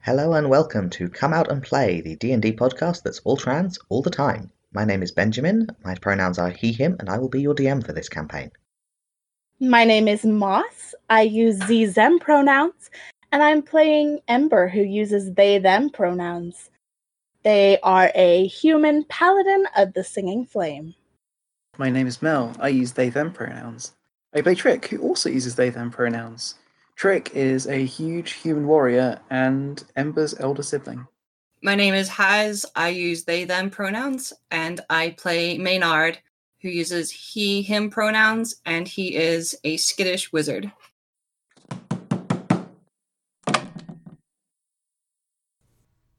Hello and welcome to Come Out and Play, the D&D podcast that's all trans all the time. My name is Benjamin, my pronouns are he, him, and I will be your DM for this campaign. My name is Moss. I use ze, zem pronouns, and I'm playing Ember, who uses they, them pronouns. They are a human paladin of the Singing Flame. My name is Mel. I use they them pronouns. I play Trick, who also uses they them pronouns. Trick is a huge human warrior and Ember's elder sibling. My name is Haz. I use they, them pronouns, and I play Maynard, who uses he, him pronouns, and he is a skittish wizard.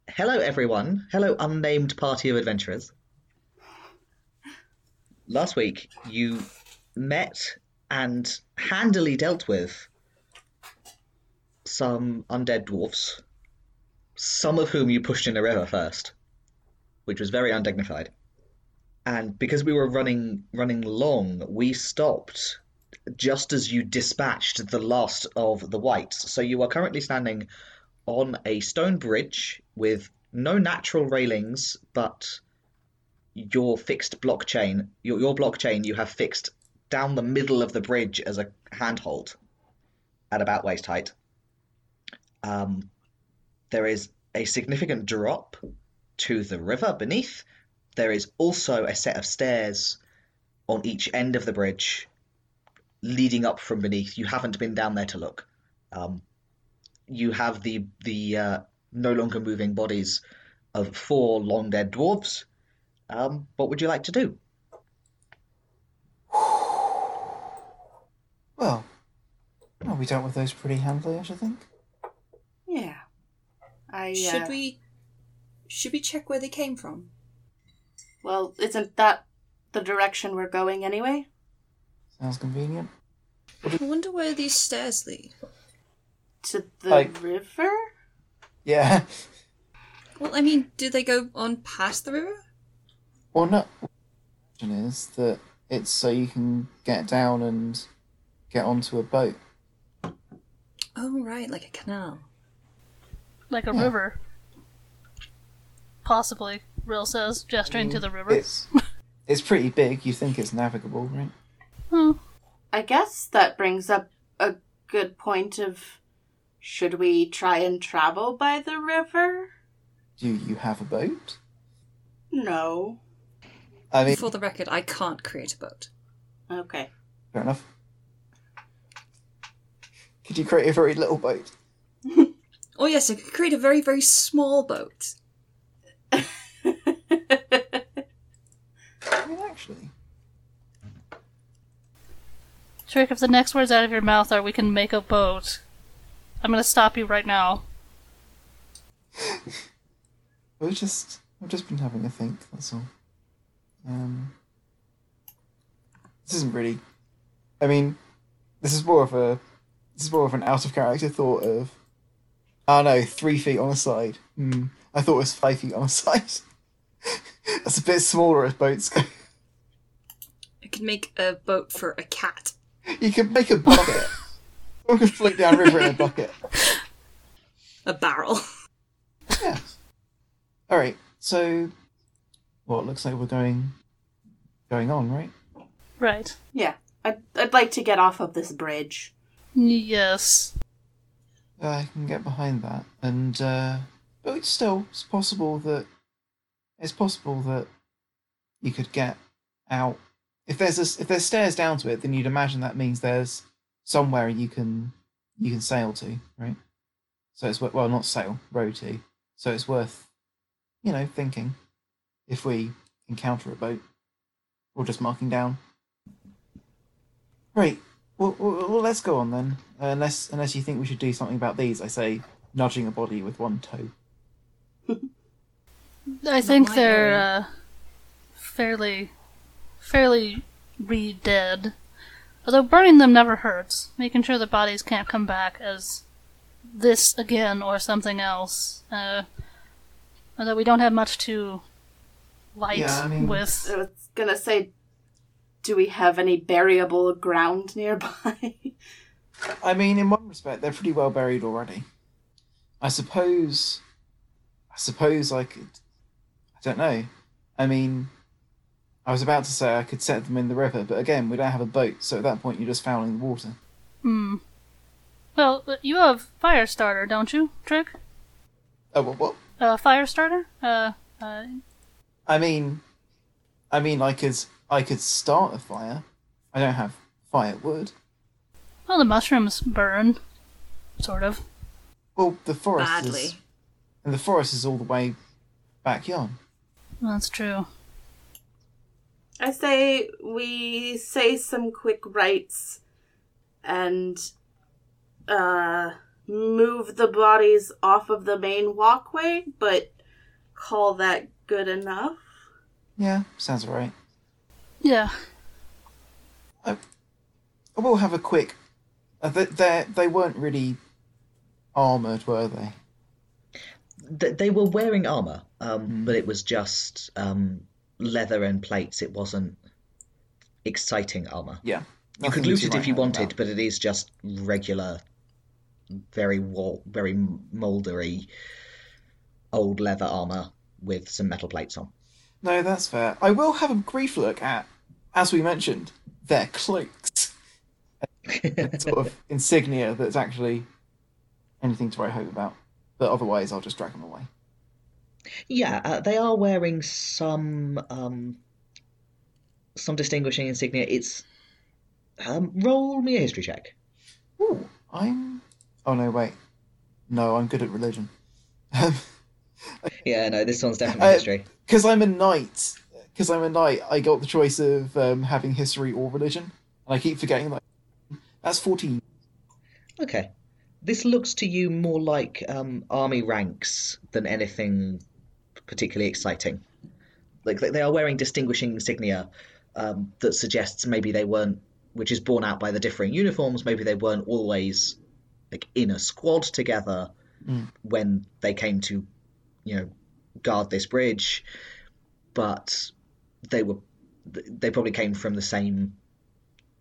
Hello everyone, hello unnamed party of adventurers. Last week you met and handily dealt with some undead dwarfs, some of whom you pushed in the river first, which was very undignified. And because we were running running long, we stopped just as you dispatched the last of the whites. So you are currently standing on a stone bridge with no natural railings, but your fixed blockchain, your your blockchain, you have fixed down the middle of the bridge as a handhold, at about waist height um, there is a significant drop to the river beneath. There is also a set of stairs on each end of the bridge leading up from beneath. You haven't been down there to look. Um, you have the the uh, no longer moving bodies of four long dead dwarves. Um, what would you like to do? Well, well, we dealt with those pretty handily, I should think. Yeah. I uh, Should we should we check where they came from? Well, isn't that the direction we're going anyway? Sounds convenient. I wonder where these stairs lead. To the Like- river? Yeah. Well, I mean, do they go on past the river? Well, no. The question is that it's so you can get down and get onto a boat. Oh right, like a canal. like a Yeah. river. Possibly, Rill says, gesturing to the river. It's it's pretty big. You think it's navigable, right? Hmm. I guess that brings up a good point of should we try and travel by the river? Do you have a boat? No. I mean, For the record, I can't create a boat. Okay. fair enough. Could you create a very little boat? Oh yes, I could create a very very small boat. I mean, actually, Trick, if the next words out of your mouth are, we can make a boat, I'm gonna stop you right now. we've just we've just been having a think. That's all. Um, this isn't really. I mean, this is more of a this is more of an out of character thought of. Oh no, three feet on a side. Hmm. I thought it was five feet on a side. That's a bit smaller as boats go. I could make a boat for a cat. You could make a bucket. Someone could float down river in a bucket. A barrel. Yeah. All right. So, well, it looks like we're going, going on, right? Right. yeah. I'd, I'd like to get off of this bridge. Yes. Uh, I can get behind that, and uh, but it's still it's possible that it's possible that you could get out if there's a s if there's stairs down to it, then you'd imagine that means there's somewhere you can you can sail to, right? So it's wor- well not sail row to, so it's worth you know thinking if we encounter a boat or just marking down. Right, well, well, well, let's go on then. unless, unless you think we should do something about these, I say, nudging a body with one toe. I think my they're uh, area. fairly, fairly re-dead. Although burning them never hurts, making sure the bodies can't come back as this again or something else. Uh, although we don't have much to light Yeah, I mean- uh, with. I was gonna say, do we have any buriable ground nearby? I mean, in one respect, they're pretty well buried already. I suppose. I suppose I could. I don't know. I mean, I was about to say I could set them in the river, but again, we don't have a boat, so at that point you're just fouling the water. Hmm. Well, uh, you have fire starter, don't you, Trick? Oh, what? what? Uh, fire starter? Uh, uh, I mean, I mean, I could. I could start a fire. I don't have firewood. well, the mushrooms burn. Sort of. Well, the forest is, badly. and the forest is all the way back yon. That's true. I say we say some quick rites and uh, move the bodies off of the main walkway, but call that good enough. Yeah, sounds alright. Yeah. I will have a quick. Uh, they they they weren't really armored, were they? Th- they were wearing armor, um, but it was just um, leather and plates. It wasn't exciting armor. Yeah. You could loot it if you wanted, but it is just regular, very wall, very mouldery, old leather armor with some metal plates on. No, that's fair. I will have a brief look at, as we mentioned, their cloaks, sort of insignia that's actually anything to write home about. But otherwise, I'll just drag them away. Yeah, uh, they are wearing some um, some distinguishing insignia. It's um, roll me a history check. Ooh, I'm. Oh no, wait. No, I'm good at religion. Um, Yeah, no, this one's definitely Uh, history. Because I'm a knight. Because I'm a knight, I got the choice of um, having history or religion, and I keep forgetting that. That's fourteen. Okay. This looks to you more like um, army ranks than anything particularly exciting. Like they- they are wearing distinguishing insignia um, that suggests maybe they weren't, which is borne out by the differing uniforms. Maybe they weren't always like in a squad together Mm. when they came to, you know, guard this bridge, but they were they probably came from the same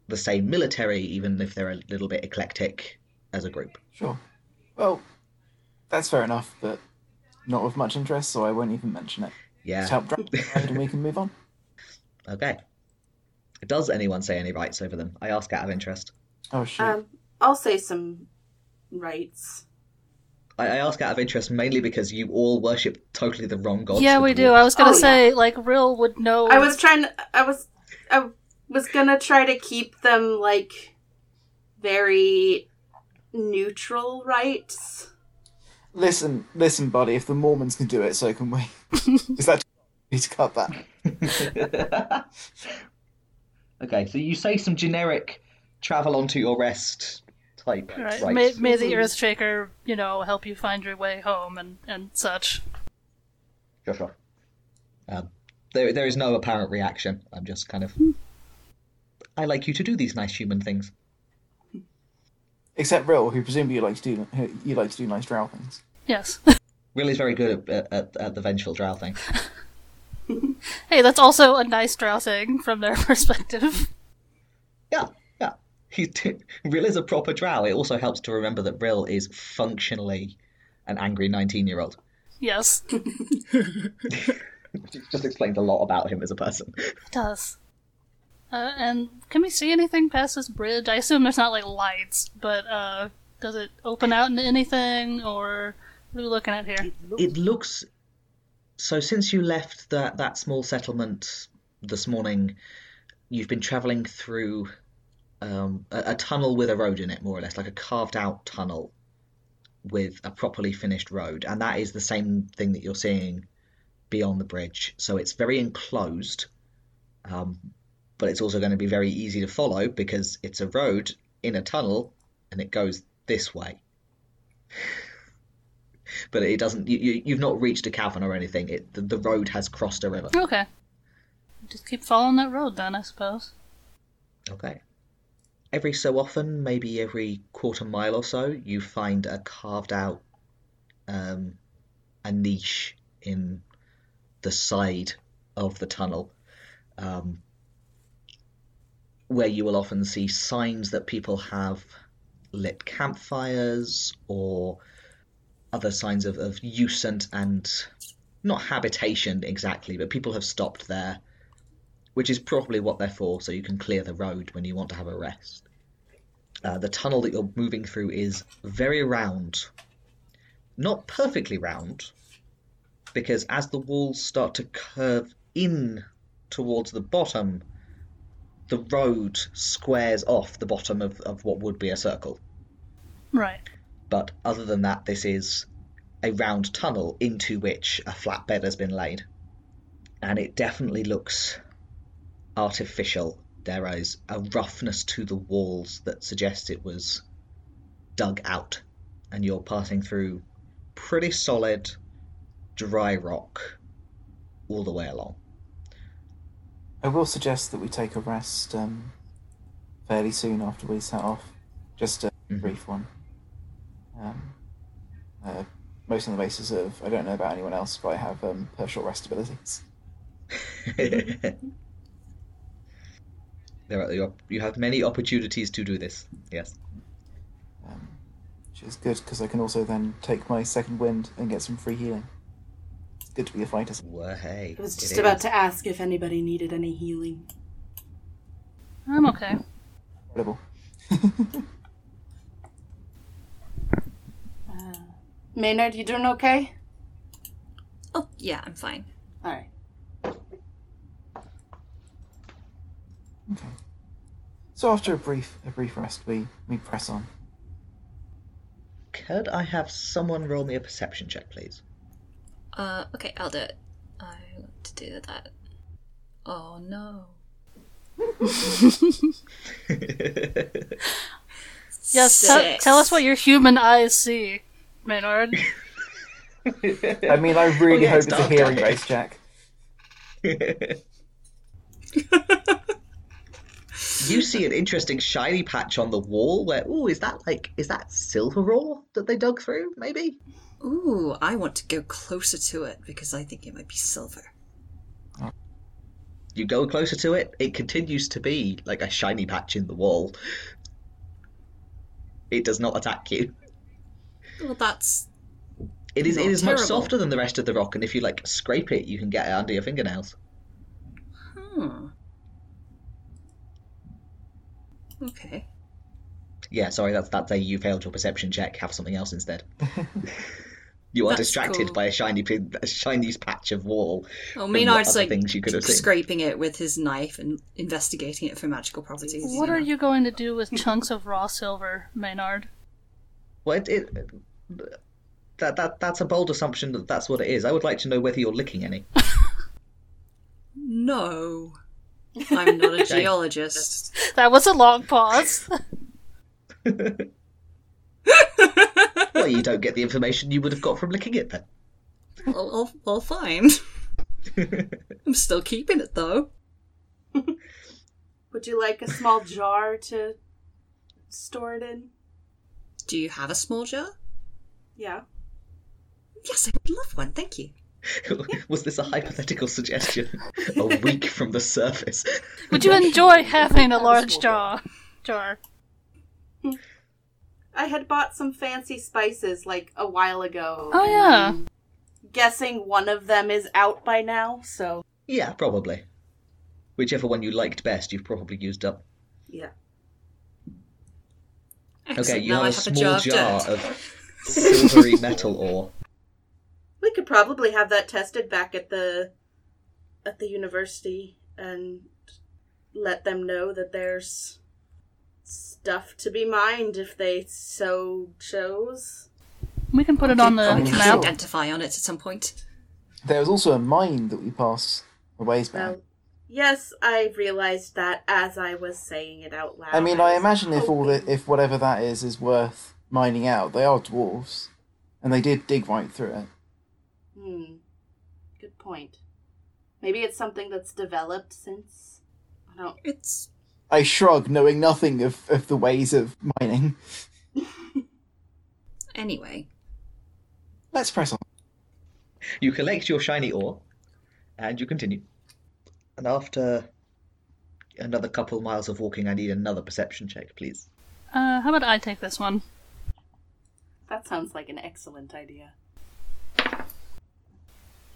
the same military, even if they're a little bit eclectic as a group. Sure. Well, that's fair enough, but not of much interest, so I won't even mention it. Yeah. Just help drag them aside and we can move on. Okay. Does anyone say any rights over them? I ask out of interest. Oh shit. Um, I'll say some rites. I, I ask out of interest mainly because you all worship totally the wrong gods. yeah, for we dwarves. do. I was gonna Oh, yeah. say, like, Rill would know. I was trying to, I was, I was gonna try to keep them like very neutral rites. Listen, listen, buddy. If the Mormons can do it, so can we. Is that need to cut that? okay, so you say some generic travel onto your rest type rights. Right. May, may Mm-hmm. the Earthshaker, you know, help you find your way home and, and such. Sure, sure. Um, there, there is no apparent reaction. I'm just kind of. I like you to do these nice human things. Except Rill, who presumably you like to do, who- you like to do nice drow things. Yes. Really, very good at, at, at the vengeful drow thing. hey, that's also a nice drow thing from their perspective. Yeah, yeah. He's t- Rill is a proper drow. It also helps to remember that Rill is functionally an angry 19 year old. yes, it Just explains a lot about him as a person. does. Uh, and can we see anything past this bridge? I assume there's not like lights, but uh, does it open out into anything, or what are we looking at here? It looks. So, since you left that, that small settlement this morning, you've been travelling through um, a, a tunnel with a road in it, more or less, like a carved out tunnel with a properly finished road. And that is the same thing that you're seeing beyond the bridge. So, it's very enclosed, um, but it's also going to be very easy to follow because it's a road in a tunnel and it goes this way. But it doesn't. You, you, you've not reached a cavern or anything. It, the, the road has crossed a river. Okay, just keep following that road then, I suppose. Okay. Every so often, maybe every quarter mile or so, you find a carved out um, a niche in the side of the tunnel, um, where you will often see signs that people have lit campfires or other signs of, of use and, and not habitation exactly, but people have stopped there, which is probably what they're for, so you can clear the road when you want to have a rest. Uh, the tunnel that you're moving through is very round. Not perfectly round, because as the walls start to curve in towards the bottom, the road squares off the bottom of, of what would be a circle. Right. But other than that, this is a round tunnel into which a flat bed has been laid. And it definitely looks artificial. There is a roughness to the walls that suggests it was dug out. And you're passing through pretty solid, dry rock all the way along. I will suggest that we take a rest um, fairly soon after we set off. Just a Mhm. brief one. Um, uh, most on the basis of I don't know about anyone else, but I have um, per short rest abilities. there are, you you have many opportunities to do this. Yes. Um, which is good because I can also then take my second wind and get some free healing. It's good to be a fighter. Well, hey. I was it just about is. to ask if anybody needed any healing. I'm okay. Incredible. Uh, Maynard, you doing okay? Oh, yeah, I'm fine. All right. Okay. So after a brief a brief rest, we we press on. Could I have someone roll me a perception check, please? Uh, okay, I'll do it. I want to do that. Oh no. Yes, te- tell us what your human eyes see, Maynard. I mean, I Oh, really yeah, hope it's it's a dark healing day. race, Jack. you see an interesting shiny patch on the wall where ooh is that like is that silver ore that they dug through maybe Ooh, I want to go closer to it because I think it might be silver. you go closer to it it continues to be like a shiny patch in the wall it does not attack you Well, that's it is it Not is much terrible. softer than the rest of the rock and if you like scrape it you can get it under your fingernails hmm. Okay. yeah sorry that's that's a you failed your perception check have something else instead you are That's distracted cool. by a shiny pin a shiny patch of wall Oh, from what Maynard's other like things you could have seen scraping it with his knife and investigating it for magical properties. What are you going to do with chunks of raw silver, Maynard? Well, it, it, that that that's a bold assumption that that's what it is. I would like to know whether you're licking any. No. I'm not a geologist. That was a long pause. well, you don't get the information you would have got from licking it then. well, well, well, fine. I'm still keeping it though. Would you like a small jar to store it in? Do you have a small jar? Yeah. Yes, I would love one. Thank you. Was this a hypothetical suggestion? a week from the surface. Would you enjoy having a large jar? Jar. I had bought some fancy spices like a while ago. Oh, and yeah. I'm guessing one of them is out by now, so Yeah, probably. Whichever one you liked best, you've probably used up. yeah. Okay, Excellent. you now have I a have small a jar of dirt. of silvery metal ore. We could probably have that tested back at the at the university and let them know that there's stuff to be mined if they so chose. We can put it on the Okay, We sure. can map. identify on it at some point. There was also a mine that we passed a ways back. Well, Oh, yes, I realized that as I was saying it out loud. I mean, I was imagine if all the Oh. hoping- if whatever that is is worth mining out, they are dwarves, and they did dig right through it. Hmm. Good point. Maybe it's something that's developed since. I don't. It's I shrug, knowing nothing of, of the ways of mining. anyway. Let's press on. You collect your shiny ore, and you continue. And after another couple miles of walking, I need another perception check, please. Uh, how about I take this one? That sounds like an excellent idea.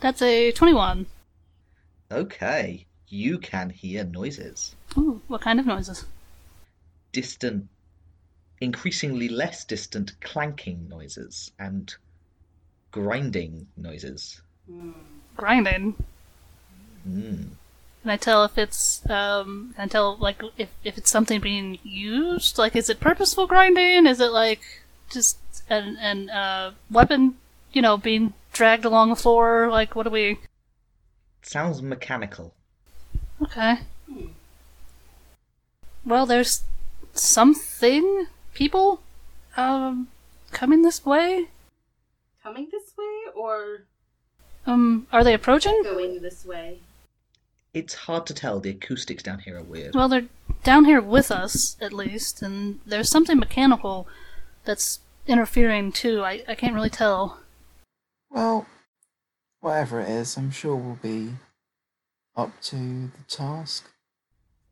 That's a 21. Okay, you can hear noises. Ooh, what kind of noises? distant, increasingly less distant clanking noises and grinding noises. Grinding. Mm. Can I tell if it's um? Can I tell like if if it's something being used? Like, is it purposeful grinding? Is it like just an an uh weapon? You know, being dragged along the floor. Like, what do we? Sounds mechanical. Okay. Well, there's something people um coming this way. Coming this way or Um, are they approaching? going this way? It's hard to tell. The acoustics down here are weird. Well, they're down here with us, at least, and there's something mechanical that's interfering too. I, I can't really tell. Well, whatever it is, I'm sure we'll be up to the task.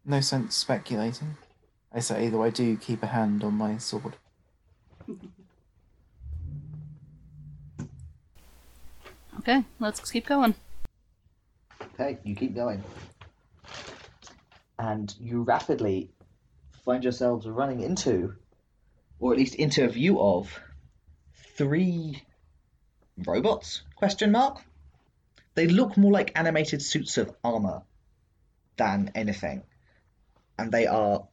No sense speculating. I say, though, I do keep a hand on my sword. Okay, let's keep going. Okay, you keep going. And you rapidly find yourselves running into, or at least into a view of, three robots? Question mark. They look more like animated suits of armor than anything, and they are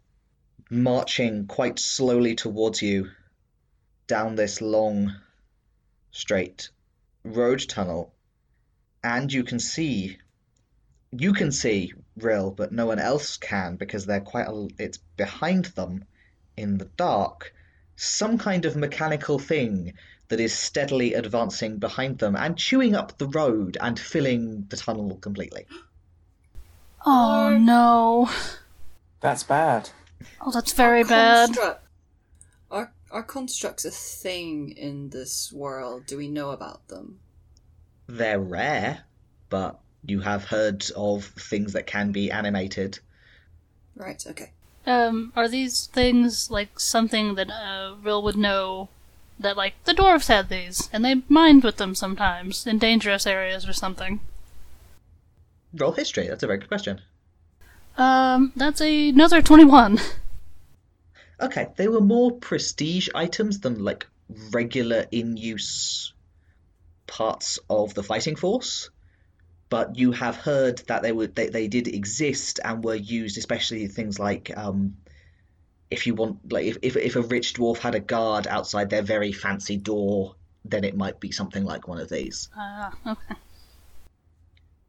marching quite slowly towards you down this long, straight road tunnel. And you can see you can see Rill, but no one else can because they're quite. A, it's behind them, in the dark, some kind of mechanical thing that is steadily advancing behind them and chewing up the road and filling the tunnel completely. Oh no. That's bad. Oh, that's very bad. Construct- Are, are constructs a thing in this world? Do we know about them? They're rare, but you have heard of things that can be animated. Right, okay. Um, are these things like something that uh, Rill would know? That like the dwarves had these, and they mined with them sometimes in dangerous areas or something. Roll history. That's a very good question. Um, that's another twenty-one. Okay, they were more prestige items than like regular in use parts of the fighting force. But you have heard that they were they, they did exist and were used, especially things like um, if you want like if, if if a rich dwarf had a guard outside their very fancy door, then it might be something like one of these. Ah, okay.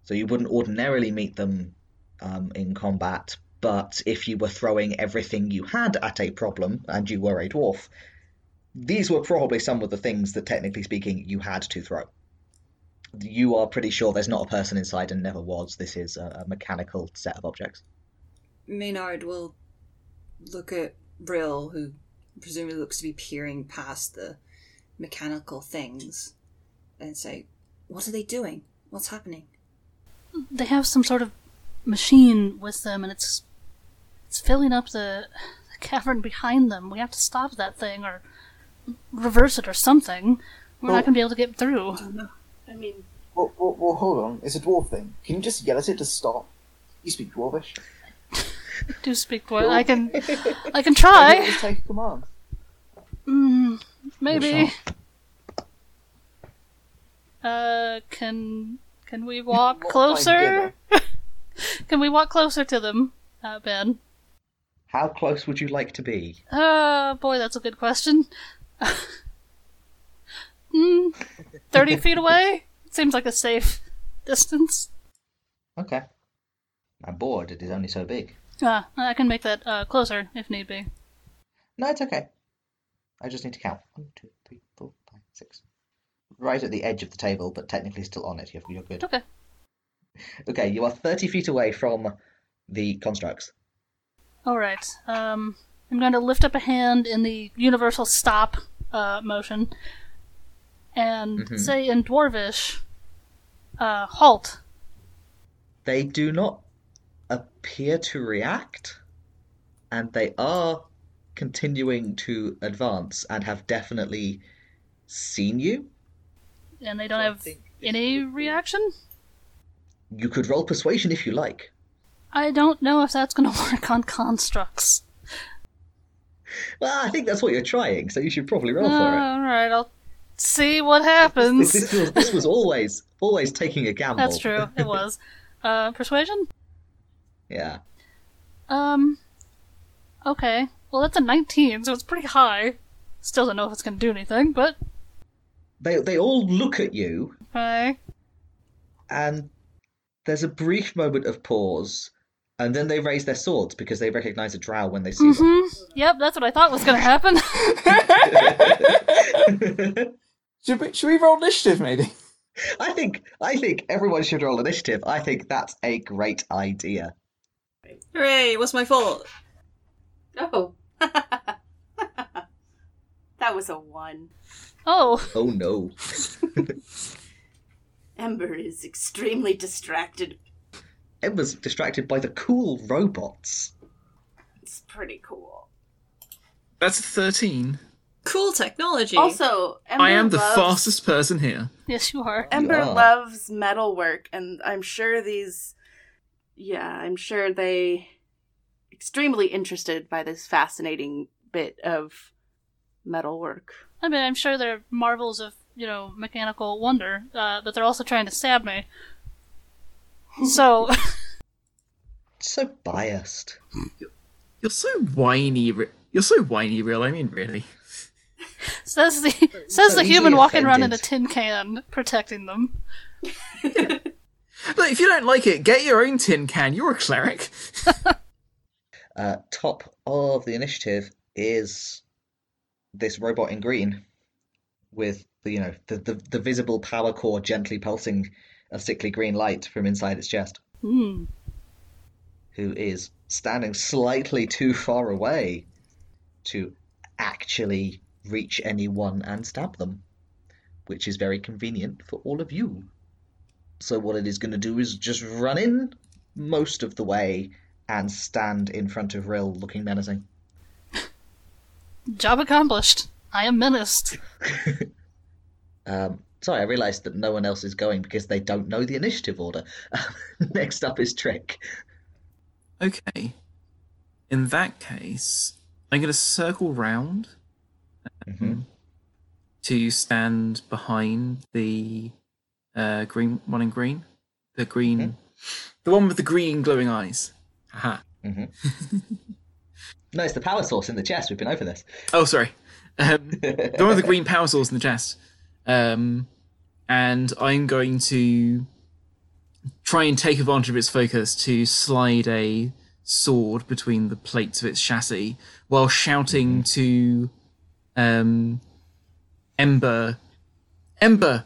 So you wouldn't ordinarily meet them um, in combat, but if you were throwing everything you had at a problem and you were a dwarf, these were probably some of the things that, technically speaking, you had to throw. You are pretty sure there's not a person inside and never was. This is a, a mechanical set of objects. Maynard will look at Brill, who presumably looks to be peering past the mechanical things, and say, What are they doing? What's happening? they have some sort of machine with them, and it's it's filling up the, the cavern behind them. We have to stop that thing or reverse it or something. We're Well- not going to be able to get through. I mean, Well, well, well, hold on. It's a dwarf thing. Can you just yell at it to stop? You speak dwarvish. I do speak well. I can I can try. Just take a command. Mm, maybe. Uh, can can we walk Walk closer? can we walk closer to them, uh, Ben? How close would you like to be? Uh, boy, that's a good question. Hmm, 30 feet away? Seems like a safe distance. Okay. I'm bored. It is only so big. Ah, I can make that uh, closer if need be. No, it's okay. I just need to count. One, two, three, four, five, six. Right at the edge of the table, but technically still on it. You're, you're good. Okay. Okay, you are 30 feet away from the constructs. Alright. Um, I'm going to lift up a hand in the universal stop uh, motion and Mhm. say in Dwarvish, uh, halt. They do not appear to react, and they are continuing to advance and have definitely seen you. and they don't have any reaction. You could roll persuasion if you like. I don't know if that's going to work on constructs. Well, I think that's what you're trying, so you should probably roll for it. All right, I'll see what This, happens. this was, this was always always taking a gamble. Um, That's true. It was uh, persuasion. Yeah. Um. Okay. Well, that's a 19, so it's pretty high. Still don't know if it's going to do anything, but They they all look at you, okay. and there's a brief moment of pause, and then they raise their swords because they recognise a drow when they see one. hmm Yep, that's what I thought was going to happen. Should we, should we roll initiative, maybe? I think I think everyone should roll initiative. I think that's a great idea. Hooray! What's my fault? Oh. that was a one. oh, Oh no. Ember is extremely distracted. It was distracted by the cool robots. It's pretty cool. That's a 13. Cool technology. Also, Ember I am the loves, fastest person here. yes, you are. Ember Yeah. loves metalwork, and I'm sure these. Yeah, I'm sure they. Extremely interested by this fascinating bit of metalwork. I mean, I'm sure they're marvels of, you know, mechanical wonder, uh, but they're also trying to stab me. So, So biased. You're so whiny. Re- you're so whiny, real. I mean, really. says the says the easily human walking around in a offended. tin can, protecting them. Look, if you don't like it, get your own tin can. You're a cleric. Uh, top of the initiative is this robot in green, with the, you know the, the the visible power core gently pulsing a sickly green light from inside its chest. Hmm. Who is standing slightly too far away to actually reach anyone and stab them, which is very convenient for all of you. So what it is going to do is just run in most of the way and stand in front of Rill, looking menacing. Job accomplished. I am menaced. Um, sorry, I realised that no one else is going because they don't know the initiative order. Next up is Trek. Okay. In that case, I'm going to circle round um, Mhm. to stand behind the uh, green one in green, the green, the one with the green glowing eyes. Haha. No, it's the power source in the chest. We've been over this. Oh, sorry. Um, the one with the green power source in the chest. Um, and I'm going to try and take advantage of its focus to slide a sword between the plates of its chassis while shouting to um, Ember Ember,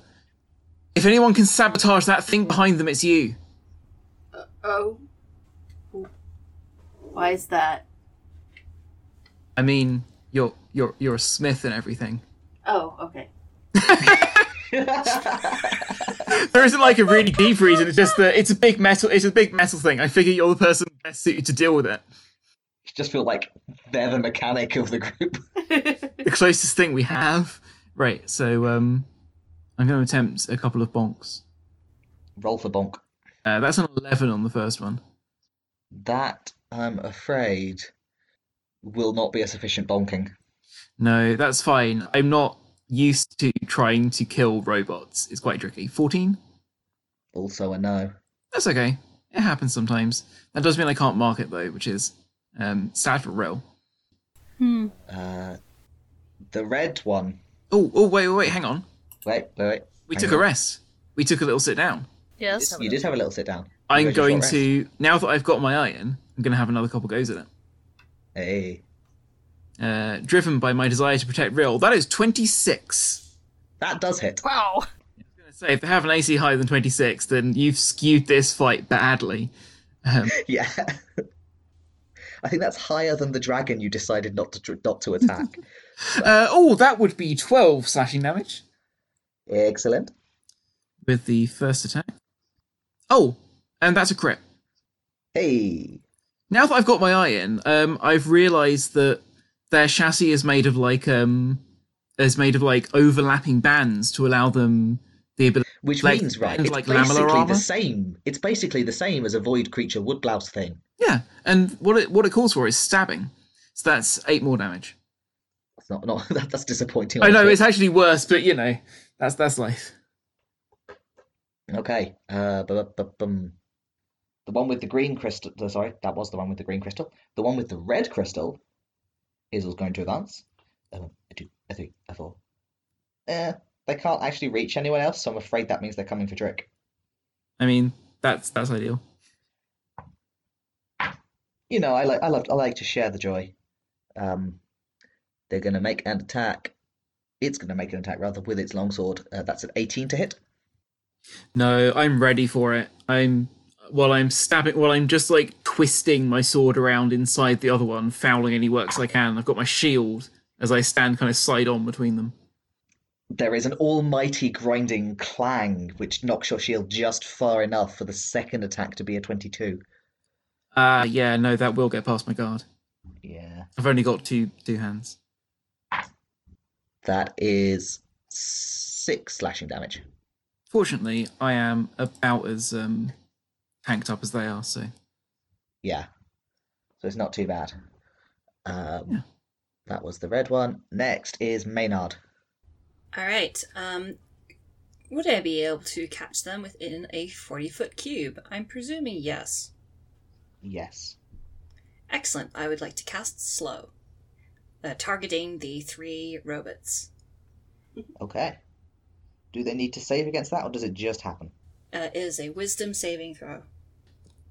if anyone can sabotage that thing behind them, it's you. Oh. Why is that? I mean, you're you're you're a smith and everything. Oh, okay. There isn't like a really deep reason. It's just that it's a big metal. It's a big metal thing. I figure you're the person best suited to deal with it. Just feel like they're the mechanic of the group. The closest thing we have. Right. So um, I'm going to attempt a couple of bonks. Roll for bonk. Uh, that's an eleven on the first one. That I'm afraid will not be a sufficient bonking. No, that's fine. I'm not used to trying to kill robots. It's quite tricky. Fourteen. Also a no. That's okay. It happens sometimes. That does mean I can't mark it though, which is um, sad for real. Hmm. Uh, the red one. Oh, oh, wait, wait, wait. Hang on. Wait, wait, wait. We Hang took on. a rest. We took a little sit down. Yes. You did have a little sit down. I'm You guys going just got rest. to now that I've got my iron, I'm going to have another couple goes at it. Hey, Uh, driven by my desire to protect real, that is 26. that does hit. Wow. I'm going to say if they have an AC higher than 26, then you've skewed this fight badly. Um, Yeah. I think that's higher than the dragon you decided not to tr- not to attack. uh, oh, that would be 12 slashing damage Excellent. with the first attack. Oh, and that's a crit. Hey, Now that I've got my eye in, um, I've realised that their chassis is made of like um, is made of like overlapping bands to allow them the ability. Which Like- means, right, and it's like lamellar basically armor? the same. It's basically the same as a void creature wood blouse thing. Yeah, and what it what it calls for is stabbing. So that's eight more damage. It's not, not that, that's disappointing. I know honestly. it's actually worse, but you know that's that's life. Okay. Uh, bu- bu- bu- bum. The one with the green crystal. uh, Sorry, that was the one with the green crystal. The one with the red crystal is what's going to advance. Um, A one, a two, a three, a four. Eh, they can't actually reach anyone else, so I'm afraid that means they're coming for Trick. I mean that's that's ideal. You know, I like, I love, I like to share the joy. Um, they're going to make an attack. It's going to make an attack rather with its longsword. Uh, that's an 18 to hit. No, I'm ready for it. I'm while I'm stabbing, while I'm just like twisting my sword around inside the other one, fouling any works I can. I've got my shield as I stand kind of side on between them. There is an almighty grinding clang which knocks your shield just far enough for the second attack to be a 22. Uh yeah, no, that will get past my guard. Yeah. I've only got two two hands. That is six slashing damage. Fortunately, I am about as um tanked up as they are, so Yeah. So it's not too bad. Um, Yeah. That was the red one. Next is Maynard. All right. Um, would I be able to catch them within a forty-foot cube? I'm presuming yes. Yes. Excellent. I would like to cast slow, uh, targeting the three robots. Okay. Do they need to save against that, or does it just happen? Uh, it is a wisdom saving throw.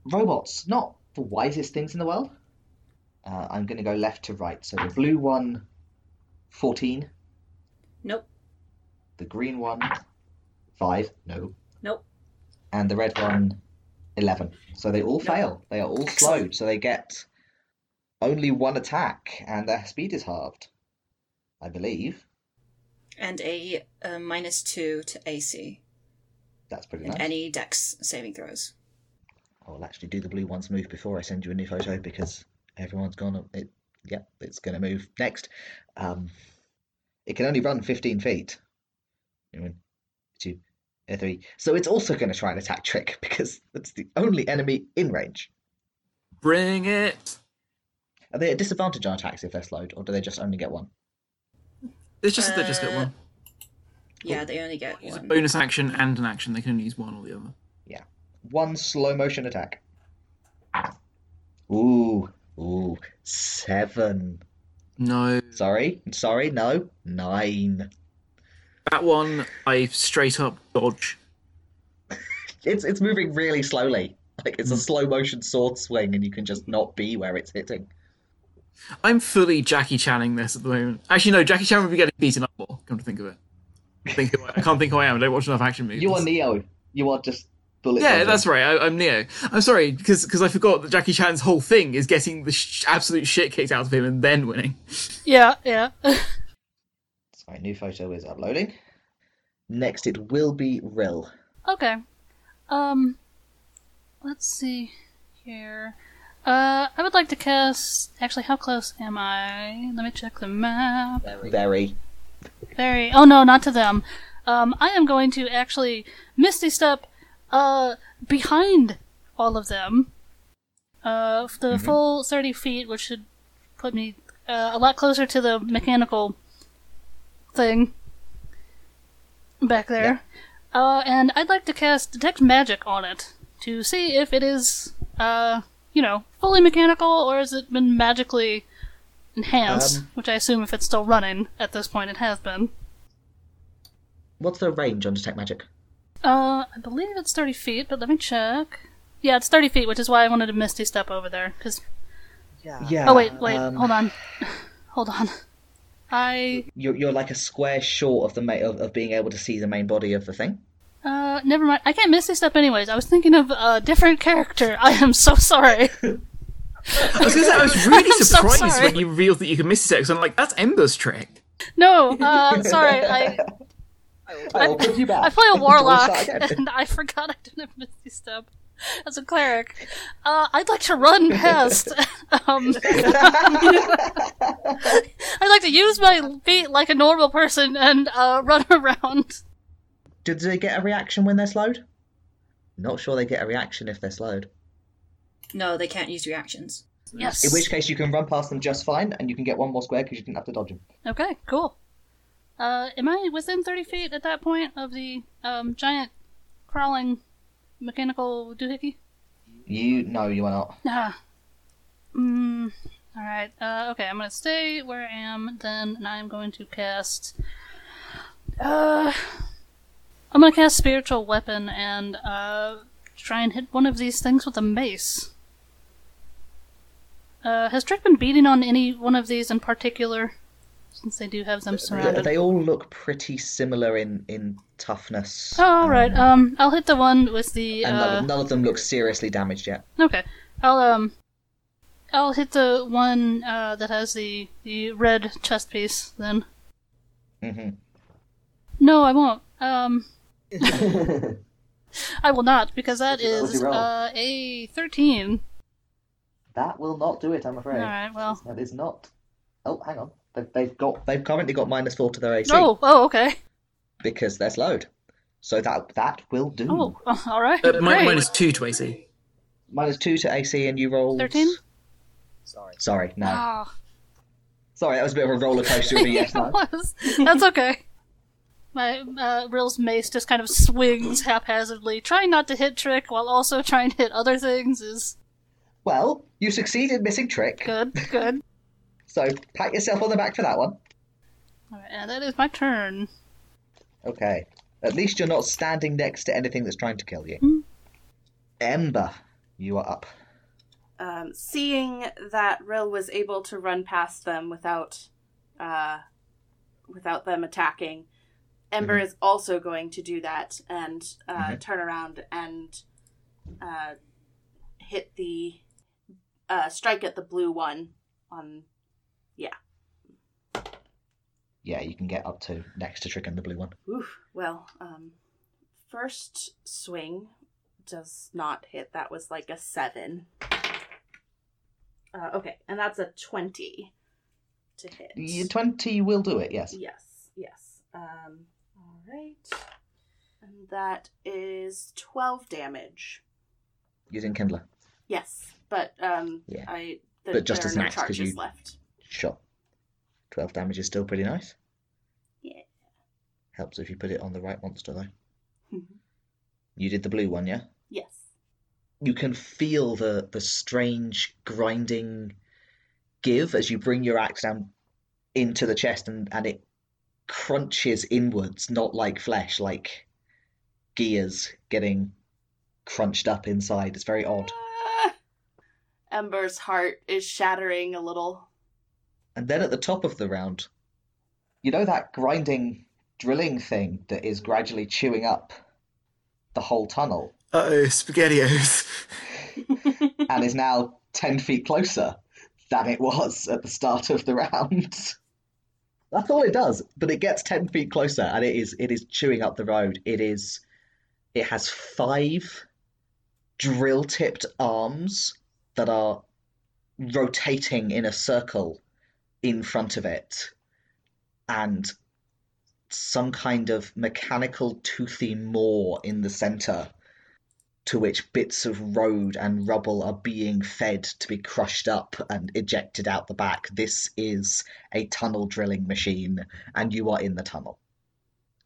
Robots, not the wisest things in the world. Uh, I'm going to go left to right. So the blue one, 14. Nope. The green one, 5. No. Nope. and the red one 11 so they all fail they are all Excellent. slowed so they get only one attack and their speed is halved i believe And a, uh minus two to AC that's pretty in nice any dex saving throws. i'll actually do the blue ones move before i send you a new photo because everyone's gone it yep it's going to move next um it can only run 15 feet One, two uh, three so it's also going to try and attack trick because that's the only enemy in range bring it. are they at disadvantage on attacks if they're slowed or do they just only get one It's just that they just get Uh, one. Yeah, they only get It's a one. bonus action and an action. They can only use one or the other. one slow motion attack. Ooh, ooh, seven. No, Sorry, sorry, no, nine. that one I straight up dodge. It's it's moving really slowly. Like Hmm. it's a slow motion sword swing, and you can just not be where it's hitting. I'm fully Jackie Channing this at the moment. Actually, no, Jackie Chan would be getting beaten up more. Come to think of it, I, think who I, I can't think who I am. I don't watch enough action movies. You are Neo. You are just bullet. yeah, dodging. that's right. I, I'm Neo. I'm sorry because I forgot that Jackie Chan's whole thing is getting the sh- absolute shit kicked out of him and then winning. Yeah, yeah. Sorry, new photo is uploading. Next, it will be Rill. Okay. Um, let's see here. Uh, I would like to cast. Actually, how close am I? Let me check the map. Very. Very. Oh no, not to them. Um, I am going to actually misty step. Uh, behind all of them. Uh, the full thirty feet, which should put me uh, a lot closer to the mechanical thing back there. Uh, and I'd like to cast detect magic on it to see if it is, uh, you know, fully mechanical or has it been magically enhanced? Um. which I assume, if it's still running at this point, it has been. What's the range on detect magic? Uh, I believe it's 30 feet, but let me check. Yeah, it's 30 feet, which is why I wanted to misty step over there. Cause Yeah. oh wait, wait, um, hold on, hold on. I You're you're like a square short of the ma- of, of being able to see the main body of the thing. uh, never mind. I can't misty step anyways. I was thinking of a different character. I am so sorry. I was, gonna say, I was really I'm so surprised sorry. when you revealed that you can miss it because I'm like, that's Ember's trick. No, uh, sorry. I I will put you back. I play a Do you wanna warlock start again? and I forgot I didn't misty step. as a cleric. Uh, I'd like to run past. um, I'd like to use my feet like a normal person and uh, run around. Do they get a reaction when they're slowed? Not sure they get a reaction if they're slowed. No, they can't use reactions. Yes. In which case, you can run past them just fine, and you can get one more square because you didn't have to dodge them. Okay, cool. Uh, am I within 30 feet at that point of the um, giant crawling mechanical doohickey? You no, you are not. Ah. Mm, Alright, uh, okay, I'm gonna stay where I am then, and I'm going to cast. Uh, I'm gonna cast Spiritual Weapon and uh, try and hit one of these things with a mace. Uh, has Trick been beating on any one of these in particular? Since they do have them They, surrounded. they all look pretty similar in in toughness. Oh, alright, um, I'll hit the one with the. and uh, none, none of them look seriously damaged yet. Okay. I'll um I'll hit the one uh that has the the red chest piece then. hmm No, I won't. Um Thirteen I will not because that What'd you- what'd is you roll? uh a 13. That will not do it, I'm afraid. All right, well. That is not. Oh, hang on. They've, they've got they've currently got minus four to their AC Oh, oh okay. because they're slowed. So that that will do. Oh, all right. Uh, mi- Great. minus two to AC. Minus two to AC, and you roll 13? Sorry. Sorry, no. Ah, Sorry, that was a bit of a roller coaster. of a yes, no. it was. That's okay. My uh, Rill's mace just kind of swings haphazardly, trying not to hit Trick while also trying to hit other things is Well, you succeeded missing trick, good, good. so pat yourself on the back for that one. All right, and that is my turn. Okay. At least you're not standing next to anything that's trying to kill you. Ember, you are up. Um, seeing that Rill was able to run past them without, uh, without them attacking, Ember is also going to do that and uh, Mhm. turn around and uh, hit the uh, strike at the blue one on Yeah, you can get up to next to trick and the blue one. Oof. Well, um, first swing does not hit. That was like a seven. Uh, okay, and that's a twenty to hit. Y- Twenty will do it. Yes. Yes, yes. Um, all right, and that is twelve damage. Using Kindler. Yes, but um, Yeah. I there, But just there as are no an axe, 'cause charges you- left. Sure. Twelve damage is still pretty nice. Yeah. Helps if you put it on the right monster though. Mhm. You did the blue one, yeah? Yes. you can feel the the strange grinding give as you bring your axe down into the chest and and it crunches inwards not like flesh like gears getting crunched up inside it's very odd Ah! Ember's heart is shattering a little. and then at the top of the round you know that grinding drilling thing that is gradually chewing up the whole tunnel Uh oh, SpaghettiOs. and is now 10 feet closer than it was at the start of the round. That's all it does, but it gets 10 feet closer and it is it is chewing up the road. It is it has five drill-tipped arms that are rotating in a circle in front of it and some kind of mechanical toothy maw in the center to which bits of road and rubble are being fed to be crushed up and ejected out the back. This is a tunnel drilling machine, and you are in the tunnel.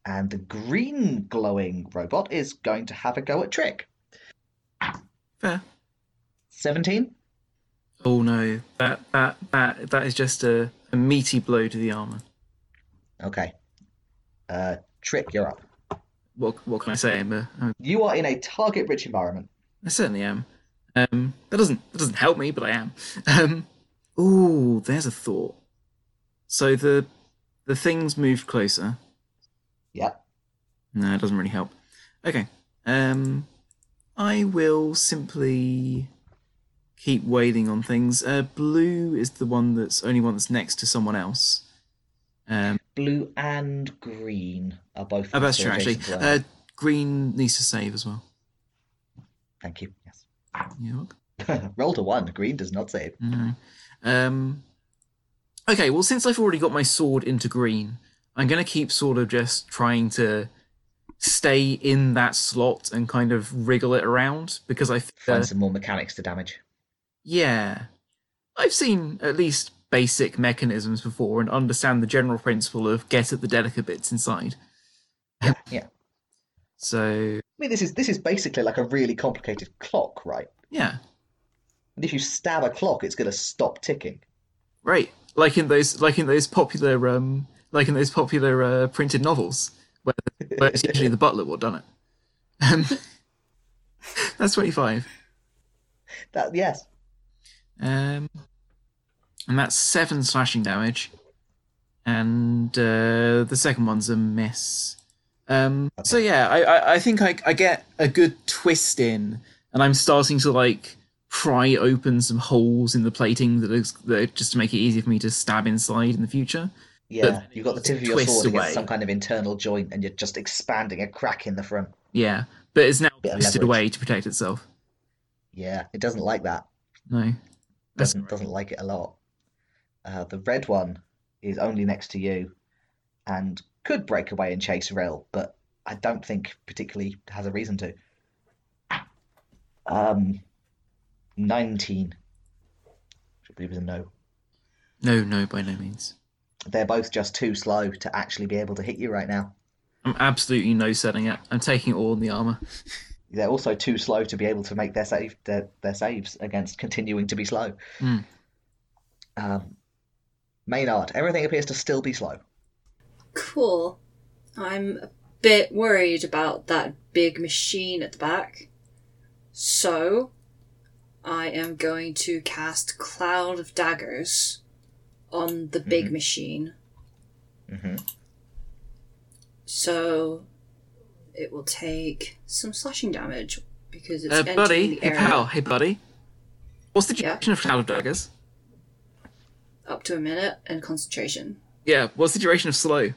And the green glowing robot is going to have a go at Trick. Fair. 17? Oh no, that that that that is just a, a meaty blow to the armor. Okay. Uh, Trick, you're up. What what can I say, Ember? I, You are in a target rich environment. I certainly am. Um, that doesn't that doesn't help me, but I am. Um, ooh, there's a thought. So the the things moved closer. Yep. No, it doesn't really help. Okay. Um, I will simply keep waiting on things. Uh, blue is the one that's only one that's next to someone else. Um, Blue and green are both. Uh, oh, that's still true, actually. adjacent to one Uh, another. green needs to save as well. Thank you. You're welcome. Roll to one. Green does not save. No. Um, okay, well, since I've already got my sword into green, I'm going to keep sort of just trying to stay in that slot and kind of wriggle it around because I feel Find some more mechanics to damage. yeah, I've seen at least basic mechanisms before and understand the general principle of get at the delicate bits inside. Yeah, yeah. I So mean, this is this is basically like a really complicated clock, right? yeah, And if you stab a clock, it's going to stop ticking. right. Like in those, like in those popular, um, like in those popular uh, printed novels, where, where it's usually the butler what done it. Um, that's twenty-five. That yes. Um, and that's seven slashing damage. And uh, the second one's a miss. Um, So yeah, I, I, I think I, I get a good twist in, and I'm starting to like pry open some holes in the plating that, is, that are just to make it easier for me to stab inside in the future. Yeah, you've got the tip of your Twist sword away. against some kind of internal joint, and you're just expanding a crack in the front. Yeah, but it's now Bit of twisted leverage. away to protect itself. Yeah, it doesn't like that. No, That's Doesn't doesn't like it a lot. Uh, the red one is only next to you, and could break away and chase Rel, but I don't think particularly has a reason to. Um, nineteen. Should be was a no. no, no, by no means. They're both just too slow to actually be able to hit you right now. I'm absolutely no setting it. I'm taking all in the armor. They're also too slow to be able to make their save their, their saves against continuing to be slow. Hmm. Um, Maynard, everything appears to still be slow. Cool. I'm a bit worried about that big machine at the back. So, I am going to cast Cloud of Daggers on the big machine. Mm-hmm. So, it will take some slashing damage because it's Uh, entering buddy, the hey area pal, hey buddy. What's the Yeah. duration of Cloud of Daggers? up to a minute and concentration. Yeah, what's the duration of Slow?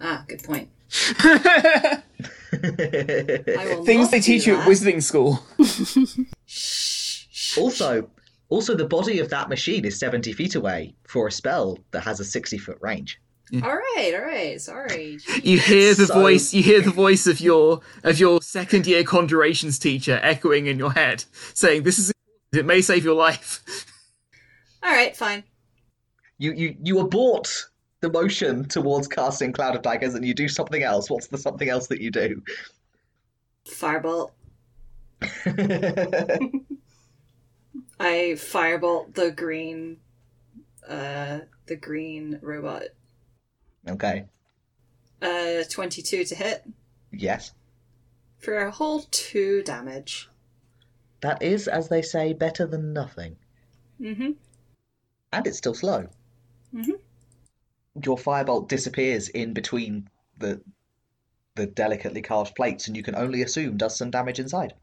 Ah, good point. Things I will Uh, not they do teach you at that. Wizarding School. Also, also the body of that machine is seventy feet away for a spell that has a sixty foot range. All right, all right. Sorry. You hear the So- voice. You hear the voice of your of your second year conjurations teacher echoing in your head, saying, "This is it may save your life." All right, fine. You you you abort the motion towards casting Cloud of Daggers, and you do something else. What's the something else that you do? Firebolt. I firebolt the green, uh, the green robot. okay. Uh, twenty-two to hit Yes. for a whole two damage. That is, as they say, better than nothing. Mm-hmm. and it's still slow. Mhm. Your firebolt disappears in between the the delicately carved plates, and you can only assume does some damage inside.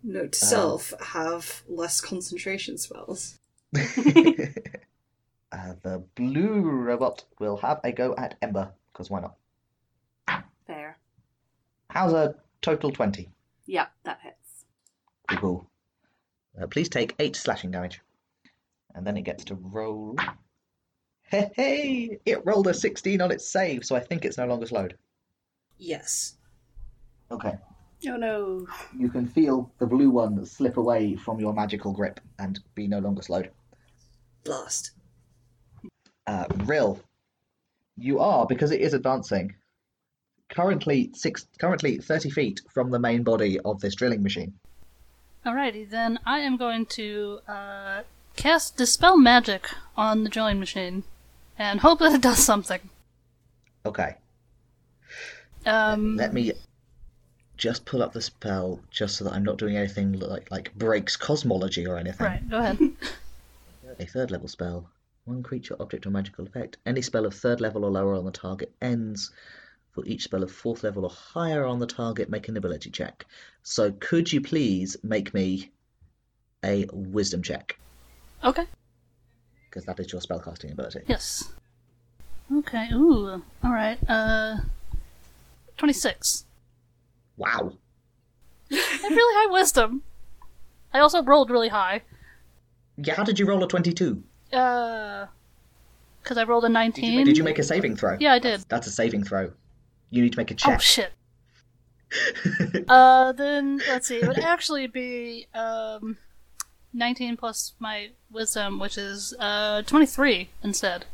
Note to self: have less concentration spells. uh, the blue robot will have a go at Ember because why not? Fair. How's a total twenty? Yeah, that hits. Cool. Uh, please take eight slashing damage, and then it gets to roll. Hey, hey! It rolled a sixteen on its save, so I think it's no longer slowed. Yes. Okay. Oh no. You can feel the blue one slip away from your magical grip and be no longer slowed. Blast. Uh, Rill, you are because it is advancing. Currently six, currently thirty feet from the main body of this drilling machine. Alrighty, then I am going to uh, cast Dispel Magic on the drilling machine and hope that it does something. Okay, Um, let me just pull up the spell just so that I'm not doing anything like like breaks cosmology or anything. Right, go ahead. A third level spell. One creature, object, or magical effect. Any spell of third level or lower on the target ends. For each spell of fourth level or higher on the target, make an ability check. So, could you please make me a wisdom check? okay, Because that is your spellcasting ability. yes. Okay, ooh, alright, uh, 26. Wow. I have really high wisdom. I also rolled really high. Yeah, how did you roll a 22? Uh, because I rolled a Did 19. you, ma- did you make a saving throw? Yeah, I did. That's a saving throw. You need to make a check. Oh shit. uh, then let's see. It would actually be um, 19 plus my wisdom, which is uh 23 instead.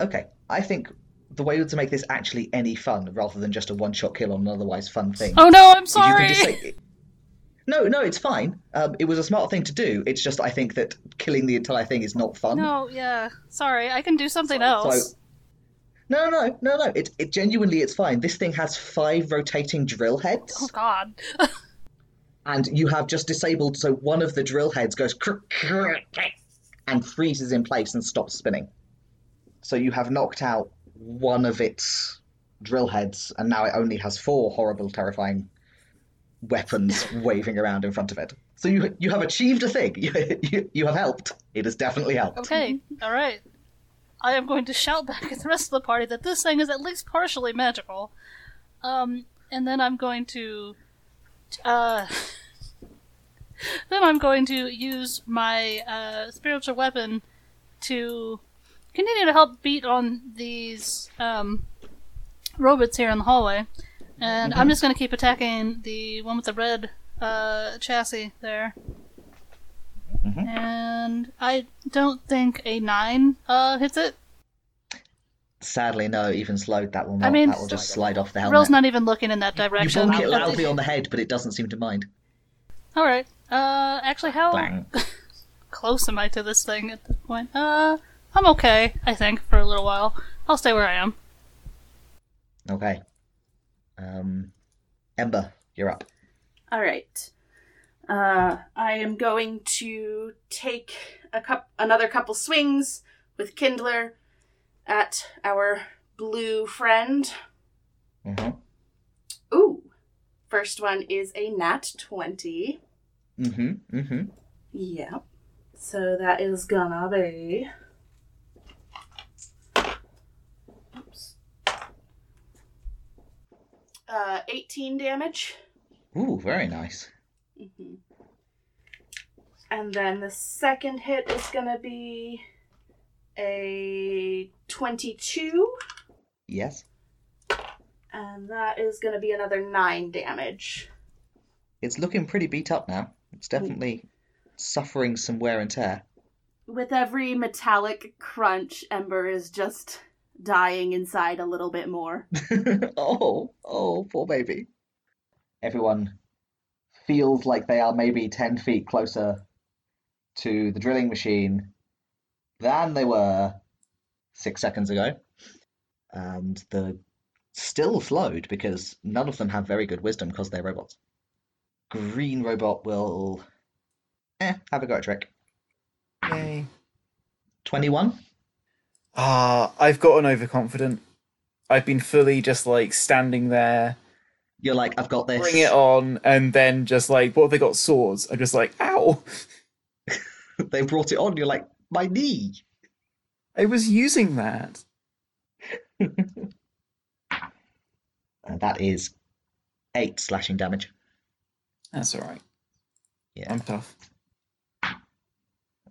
Okay, I think the way to make this actually any fun, rather than just a one-shot kill on an otherwise fun thing, Oh no, If I'm you sorry. can just say- No, no, it's fine. Um, it was a smart thing to do. It's just I think that killing the entire thing is not fun. No, yeah, sorry. I can do something So- else. no, no, no, no. It, it genuinely, it's fine. This thing has five rotating drill heads, Oh god. and you have just disabled. So one of the drill heads goes krr, krr, krr, and freezes in place and stops spinning. So you have knocked out one of its drill heads, and now it only has four horrible, terrifying weapons waving around in front of it. So you you have achieved a thing. You, you, you have helped. It has definitely helped. Okay, all right. I am going to shout back at the rest of the party that this thing is at least partially magical. Um, and then I'm going to, uh, then I'm going to use my uh, spiritual weapon to continue to help beat on these um, robots here in the hallway. And I'm just going to keep attacking the one with the red uh, chassis there. And I don't think a nine uh, hits it. Sadly, no. Even slowed, that will not. I mean, that will just slide off the helmet. Rill's not even looking in that you direction. bonk it loudly on the head, but it doesn't seem to mind. All right. Uh, actually, how Bang. close am I to this thing at this point? Uh, I'm okay. I think for a little while. I'll stay where I am. Okay. Um, Ember, you're up. All right. Uh, I am going to take a cup, another couple swings with Kindler at our blue friend. Mm-hmm. Ooh, first one is a nat twenty. Mm-hmm. Mm-hmm. Yep. So that is gonna be. Oops. Uh, 18 damage. Ooh, very nice. hmm And then the second hit is gonna be a 22, Yes. and that is gonna be another 9 damage. It's looking pretty beat up now. It's definitely suffering some wear and tear. With every metallic crunch, Ember is just dying inside a little bit more. oh, oh, poor baby. Everyone feels like they are maybe 10 feet closer to the drilling machine than they were six seconds ago. And the still slowed because none of them have very good wisdom because they're robots. Green robot will eh, have a go at trick. Yay. 21? Ah, I've gotten overconfident. I've been fully just like standing there, You're like, I've got this. bring it on, and then just like, what have they got? Swords. I'm just like, ow! They brought it on. You're like, my knee. I was using that. And that is eight slashing damage. That's all right. Yeah. I'm tough.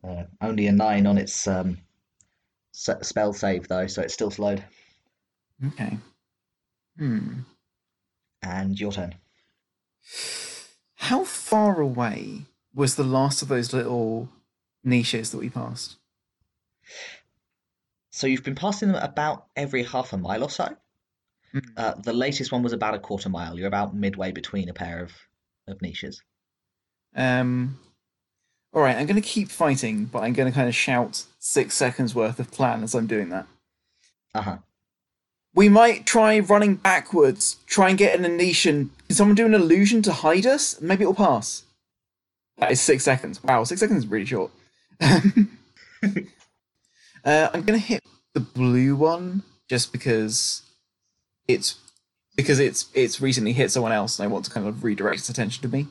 Uh, only a nine on its um, s- spell save though, so it's still slowed. Okay. Hmm. And your turn. How far away was the last of those little niches that we passed? So you've been passing them about every half a mile or so. Uh, the latest one was about a quarter mile. You're about midway between a pair of, of niches. Um, all right, I'm going to keep fighting, but I'm going to kind of shout six seconds worth of plan as I'm doing that. Uh huh. We might try running backwards, try and get an illusion. Can someone do an illusion to hide us? Maybe it'll pass. That is six seconds. Wow, six seconds is really short. uh, I'm going to hit the blue one just because it's because it's it's recently hit someone else, and I want to kind of redirect its attention to me.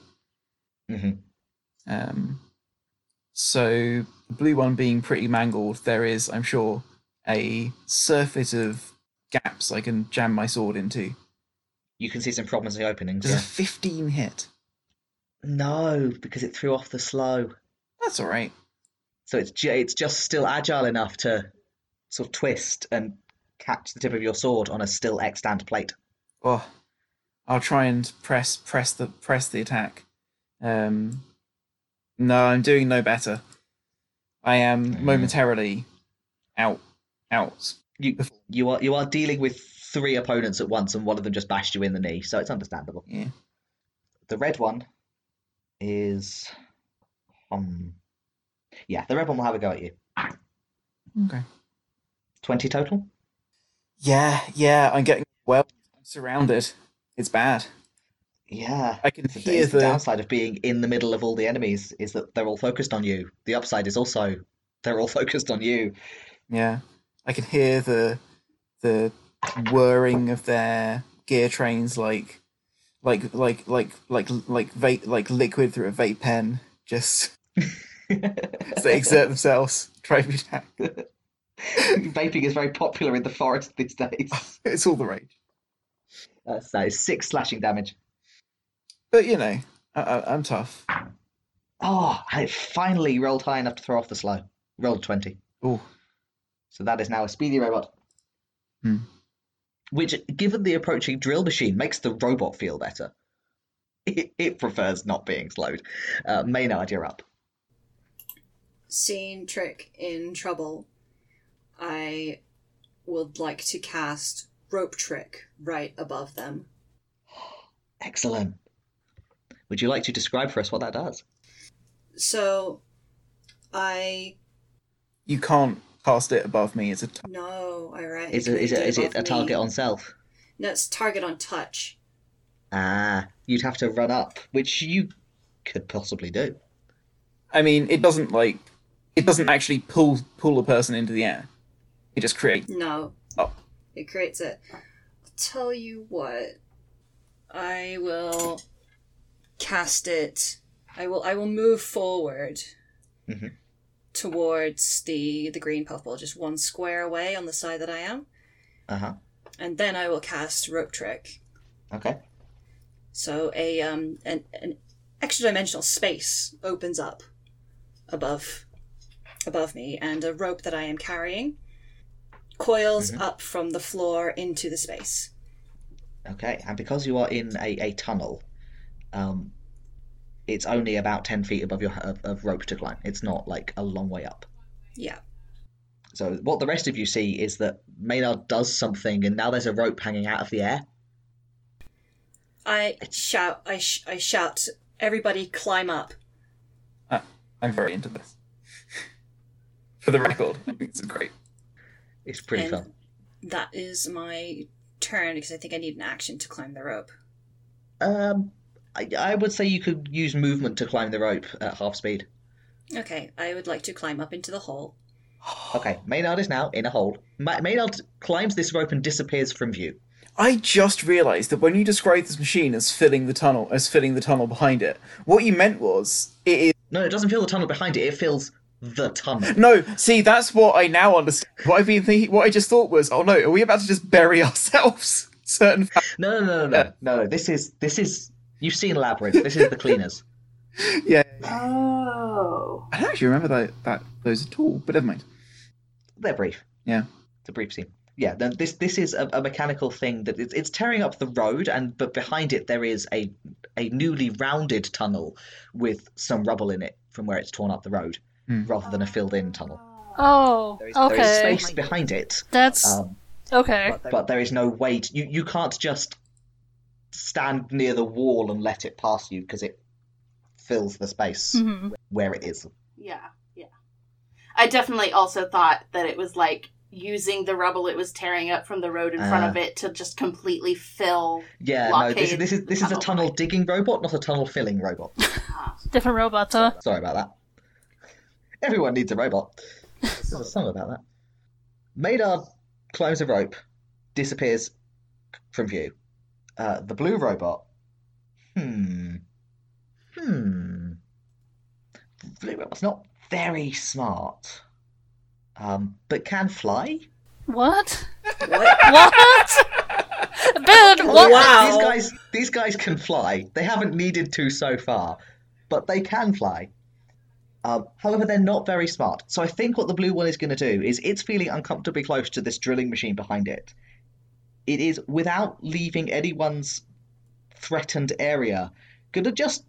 hmm Um, so the blue one being pretty mangled, there is, I'm sure, a surfeit of gaps I can jam my sword into. You can see some problems in the openings. Does a Yeah. 15 hit? No, because it threw off the slow. That's all right. So it's ju- it's just still agile enough to sort of twist and catch the tip of your sword on a still extant plate. Well, I'll try and press press the press the attack. Um, no, I'm doing no better. I am Mm. momentarily out out. You you are you are dealing with three opponents at once, and one of them just bashed you in the knee, so it's understandable. Yeah. The red one is um yeah, the red one will have a go at you. Okay. Twenty total. Yeah, yeah. I'm getting well. I'm surrounded. It's bad. Yeah. I can It's the, hear it's the the. downside of being in the middle of all the enemies is that they're all focused on you. The upside is also they're all focused on you. Yeah, I can hear the the whirring of their gear trains, like like like like like like vape like liquid through a vape pen. Just as they exert themselves, drive me down. Vaping is very popular in the forest these days. It's all the rage. Uh, so six slashing damage. But you know, I, I, I'm tough. Oh, and it finally rolled high enough to throw off the slow. Rolled 20. Ooh, So that is now a speedy robot. Hmm. Which, given the approaching drill machine, makes the robot feel better. It, it prefers not being slowed. Uh, Maynard, you're up. Seeing Trick in trouble, I would like to cast Rope Trick right above them. Excellent. Would you like to describe for us what that does? So, I you can't cast it above me. It's a t- no, I right. Is it, is it, is it a target on? on self? No, it's target on touch. Ah, you'd have to run up, which you could possibly do. I mean, it doesn't like it doesn't actually pull pull a person into the air. It just creates. No. Oh. It creates it. I'll tell you what. I will cast it. I will I will move forward Mhm. towards the the green puffball, just one square away on the side that I am. Uh huh. And then I will cast rope trick. Okay. So a um an, an extra dimensional space opens up above above me and a rope that I am carrying coils Mm-hmm. up from the floor into the space. Okay, and because you are in a, a tunnel, um, it's only about ten feet above your of, of rope to climb. It's not like a long way up. Yeah. So what the rest of you see is that Maynard does something, and now there's a rope hanging out of the air. I shout I, sh- I shout everybody climb up. Uh, I'm very into this. For the record, I think it's great. It's pretty and fun. that is my turn because I think I need an action to climb the rope. Um, I, I would say you could use movement to climb the rope at half speed. Okay, I would like to climb up into the hole. Okay, Maynard is now in a hole. Ma- Maynard climbs this rope and disappears from view. I just realised that when you described this machine as filling the tunnel, as filling the tunnel behind it, what you meant was it is No, it doesn't fill the tunnel behind it. It fills the tunnel. no. See, that's what I now understand. What I've been thinking, what I just thought was, oh no, are we about to just bury ourselves? Certain. Fa- No, no, no, no, no, no, no. This is this is you've seen Labyrinth. This is the cleaners. yeah, Oh. I don't actually remember that, that those at all. But never mind. They're brief. Yeah. It's a brief scene. Yeah, th- this this is a, a mechanical thing that it's, it's tearing up the road, and but behind it there is a a newly rounded tunnel with some rubble in it from where it's torn up the road, Hmm. rather than a filled-in tunnel. Oh, There is, there is okay. space behind it, That's um, okay. but there is no way. To, you you can't just stand near the wall and let it pass you because it fills the space hmm where it is. Yeah, yeah. I definitely also thought that it was like using the rubble it was tearing up from the road in front Ah. of it to just completely fill. Yeah, no, this, Blockade this is the this is a tunnel. tunnel digging robot, not a tunnel filling robot. Different robots, huh? Sorry about that. Everyone needs a robot. There's a song about that. Maynard climbs a rope, disappears from view. Uh, the blue robot. Hmm. Hmm. The blue robot's not very smart, um, but can fly. What? What? What? ben, what? These guys, These guys can fly. They haven't needed to so far, but they can fly. Um, however, they're not very smart. So I think what the blue one is going to do is it's feeling uncomfortably close to this drilling machine behind it. It is, without leaving anyone's threatened area, going to just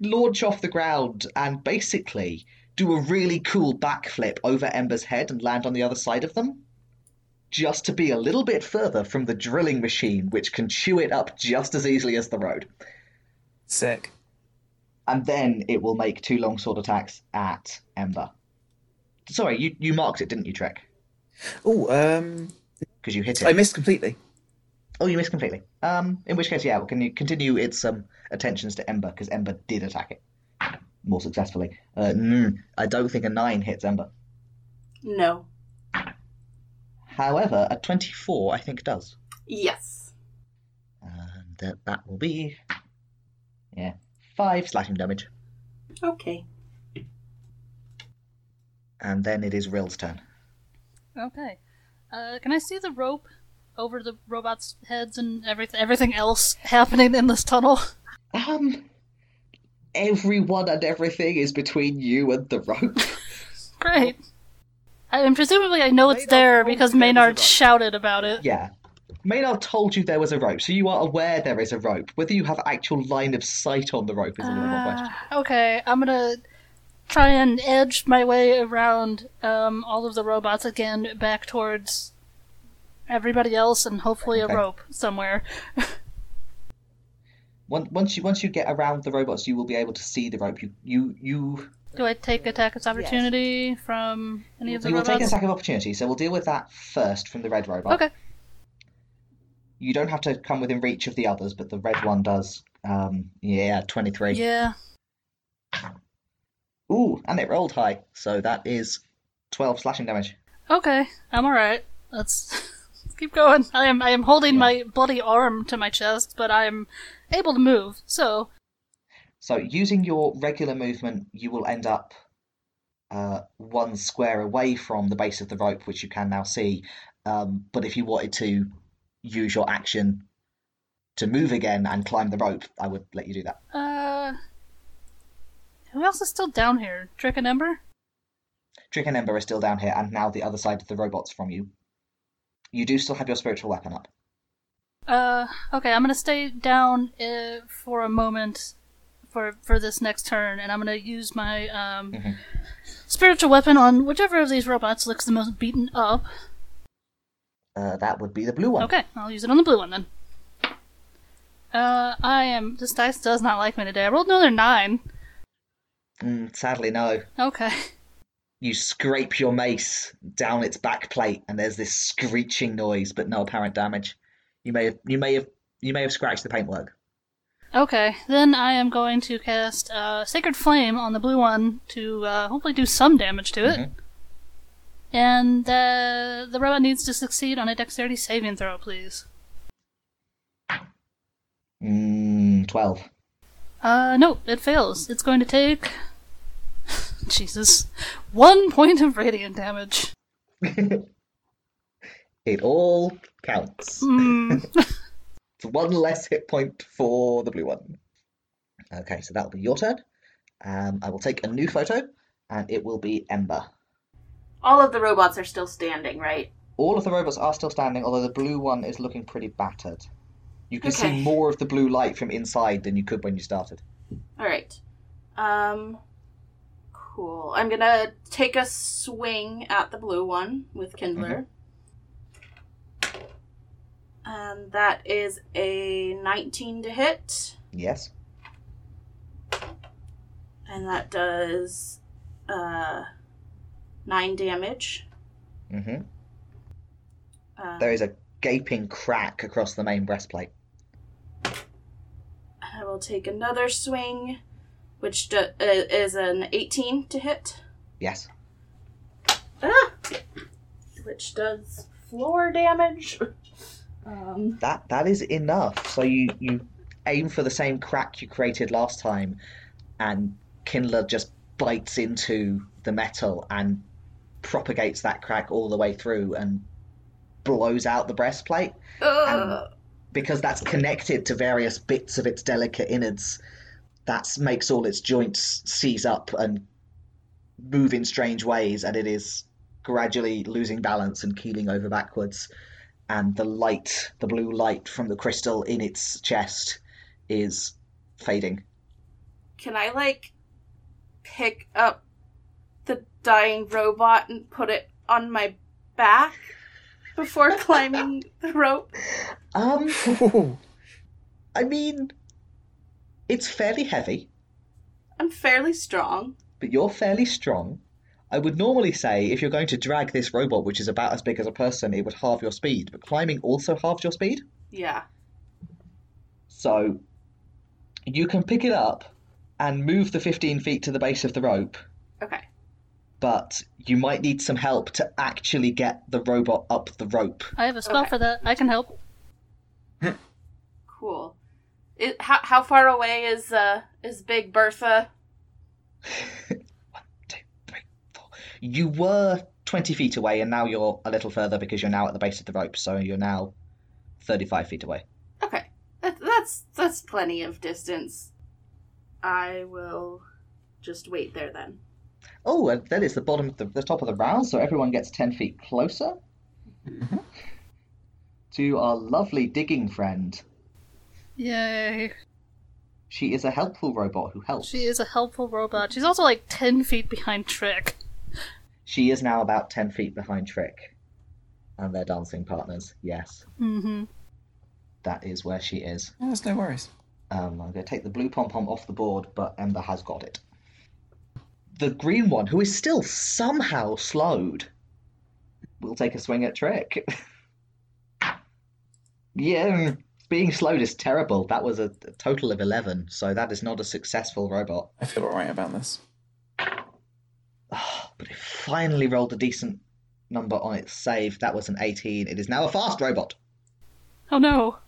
launch off the ground and basically do a really cool backflip over Ember's head and land on the other side of them. Just to be a little bit further from the drilling machine, which can chew it up just as easily as the road. Sick. And then it will make two longsword attacks at Ember. Sorry, you, you marked it, didn't you, Trek? Oh, um, Because you hit it. I missed completely. Oh, you missed completely. Um, in which case, yeah, can you continue its um attentions to Ember because Ember did attack it more successfully. Uh, mm, I don't think a nine hits Ember. No. However, a twenty-four I think does, Yes. and that that will be yeah five slashing damage, Okay. and then it is Rill's turn. Okay. Uh, can I see the rope over the robots' heads and everything everything else happening in this tunnel? Um, everyone and everything is between you and the rope. Great. I mean, presumably I know it's Maynard there told because you there was a Maynard rope. shouted about it. Yeah. Maynard told you there was a rope, so you are aware there is a rope. Whether you have actual line of sight on the rope is another question. Ah, okay, I'm gonna try and edge my way around um, all of the robots again back towards everybody else and hopefully Okay. a rope somewhere. Once, once you once you get around the robots, you will be able to see the rope. You you you Do I take attack as opportunity from any of the you will take an robots? attack of opportunity. So we'll deal with that first from the red robot. Okay. You don't have to come within reach of the others, but the red one does. Um, yeah, twenty three. Yeah. Ooh, and it rolled high, so that is twelve slashing damage. Okay. I'm all right. Let's keep going. I am I am holding my bloody arm to my chest, but I am able to move. So, So using your regular movement, you will end up uh, one square away from the base of the rope, which you can now see. Um, but if you wanted to use your action to move again and climb the rope, I would let you do that. uh who else is still down here? Trick and Ember? Trick and Ember are still down here, and now the other side of the robot's from you. You do still have your spiritual weapon up. Uh, okay, I'm gonna stay down uh, for a moment for for this next turn, and I'm gonna use my um, Mhm. spiritual weapon on whichever of these robots looks the most beaten up. Uh, that would be the blue one. Okay, I'll use it on the blue one then. Uh, I am. This dice does not like me today. I rolled another nine. Mm, sadly, no. Okay. You scrape your mace down its back plate, and there's this screeching noise, but no apparent damage. You may have, you may have, you may have scratched the paintwork. Okay, then I am going to cast uh, Sacred Flame on the blue one to uh, hopefully do some damage to it. Mhm. And uh, the robot needs to succeed on a dexterity saving throw, please. Mm, Twelve. Uh, no, it fails. It's going to take. Jesus. One point of radiant damage. It all counts. Hmm. It's one less hit point for the blue one. Okay, so that'll be your turn. Um, I will take a new photo, and it will be Ember. All of the robots are still standing, right? All of the robots are still standing, although the blue one is looking pretty battered. You can see Okay. more of the blue light from inside than you could when you started. All right. Um, cool. I'm gonna take a swing at the blue one with Kindler. And that is a 19 to hit. Yes. And that does uh, 9 damage. hmm Um, There is a gaping crack across the main breastplate. I will take another swing, which do- uh, is an 18 to hit, Yes. ah! which does floor damage. Um, That that is enough. So you you aim for the same crack you created last time, and Kindler just bites into the metal and propagates that crack all the way through and blows out the breastplate. uh, because that's connected to various bits of its delicate innards. That makes all its joints seize up and move in strange ways, and it is gradually losing balance and keeling over backwards. And the light, the blue light from the crystal in its chest, is fading. Can I like pick up the dying robot and put it on my back before climbing the rope? Um, Ooh. I mean, it's fairly heavy. I'm fairly strong. but you're fairly strong. I would normally say if you're going to drag this robot, which is about as big as a person, it would halve your speed, but climbing also halves your speed. Yeah. So you can pick it up and move the 15 feet to the base of the rope, Okay. but you might need some help to actually get the robot up the rope. I have a spell Okay. for that. I can help. Cool. It, how how far away is uh is Big Bertha? You were 20 feet away, and now you're a little further because you're now at the base of the rope, so you're now 35 feet away. Okay. That, that's that's plenty of distance. I will just wait there then. Oh, and that is the bottom of the, the top of the round, so everyone gets 10 feet closer to our lovely digging friend. Yay. She is a helpful robot who helps. She is a helpful robot. She's also like 10 feet behind Trick. She is now about 10 feet behind Trick and their dancing partners. Yes, Mm-hmm. that is where she is. Yeah, that's no worries. Um, I'm going to take the blue pom pom off the board, but Ember has got it. The green one, who is still somehow slowed, will take a swing at Trick. yeah, being slowed is terrible. That was a a total of 11, so that is not a successful robot. I feel alright about this. Ah, but it finally rolled a decent number on its save. That was an 18. It is now a fast robot. Oh no.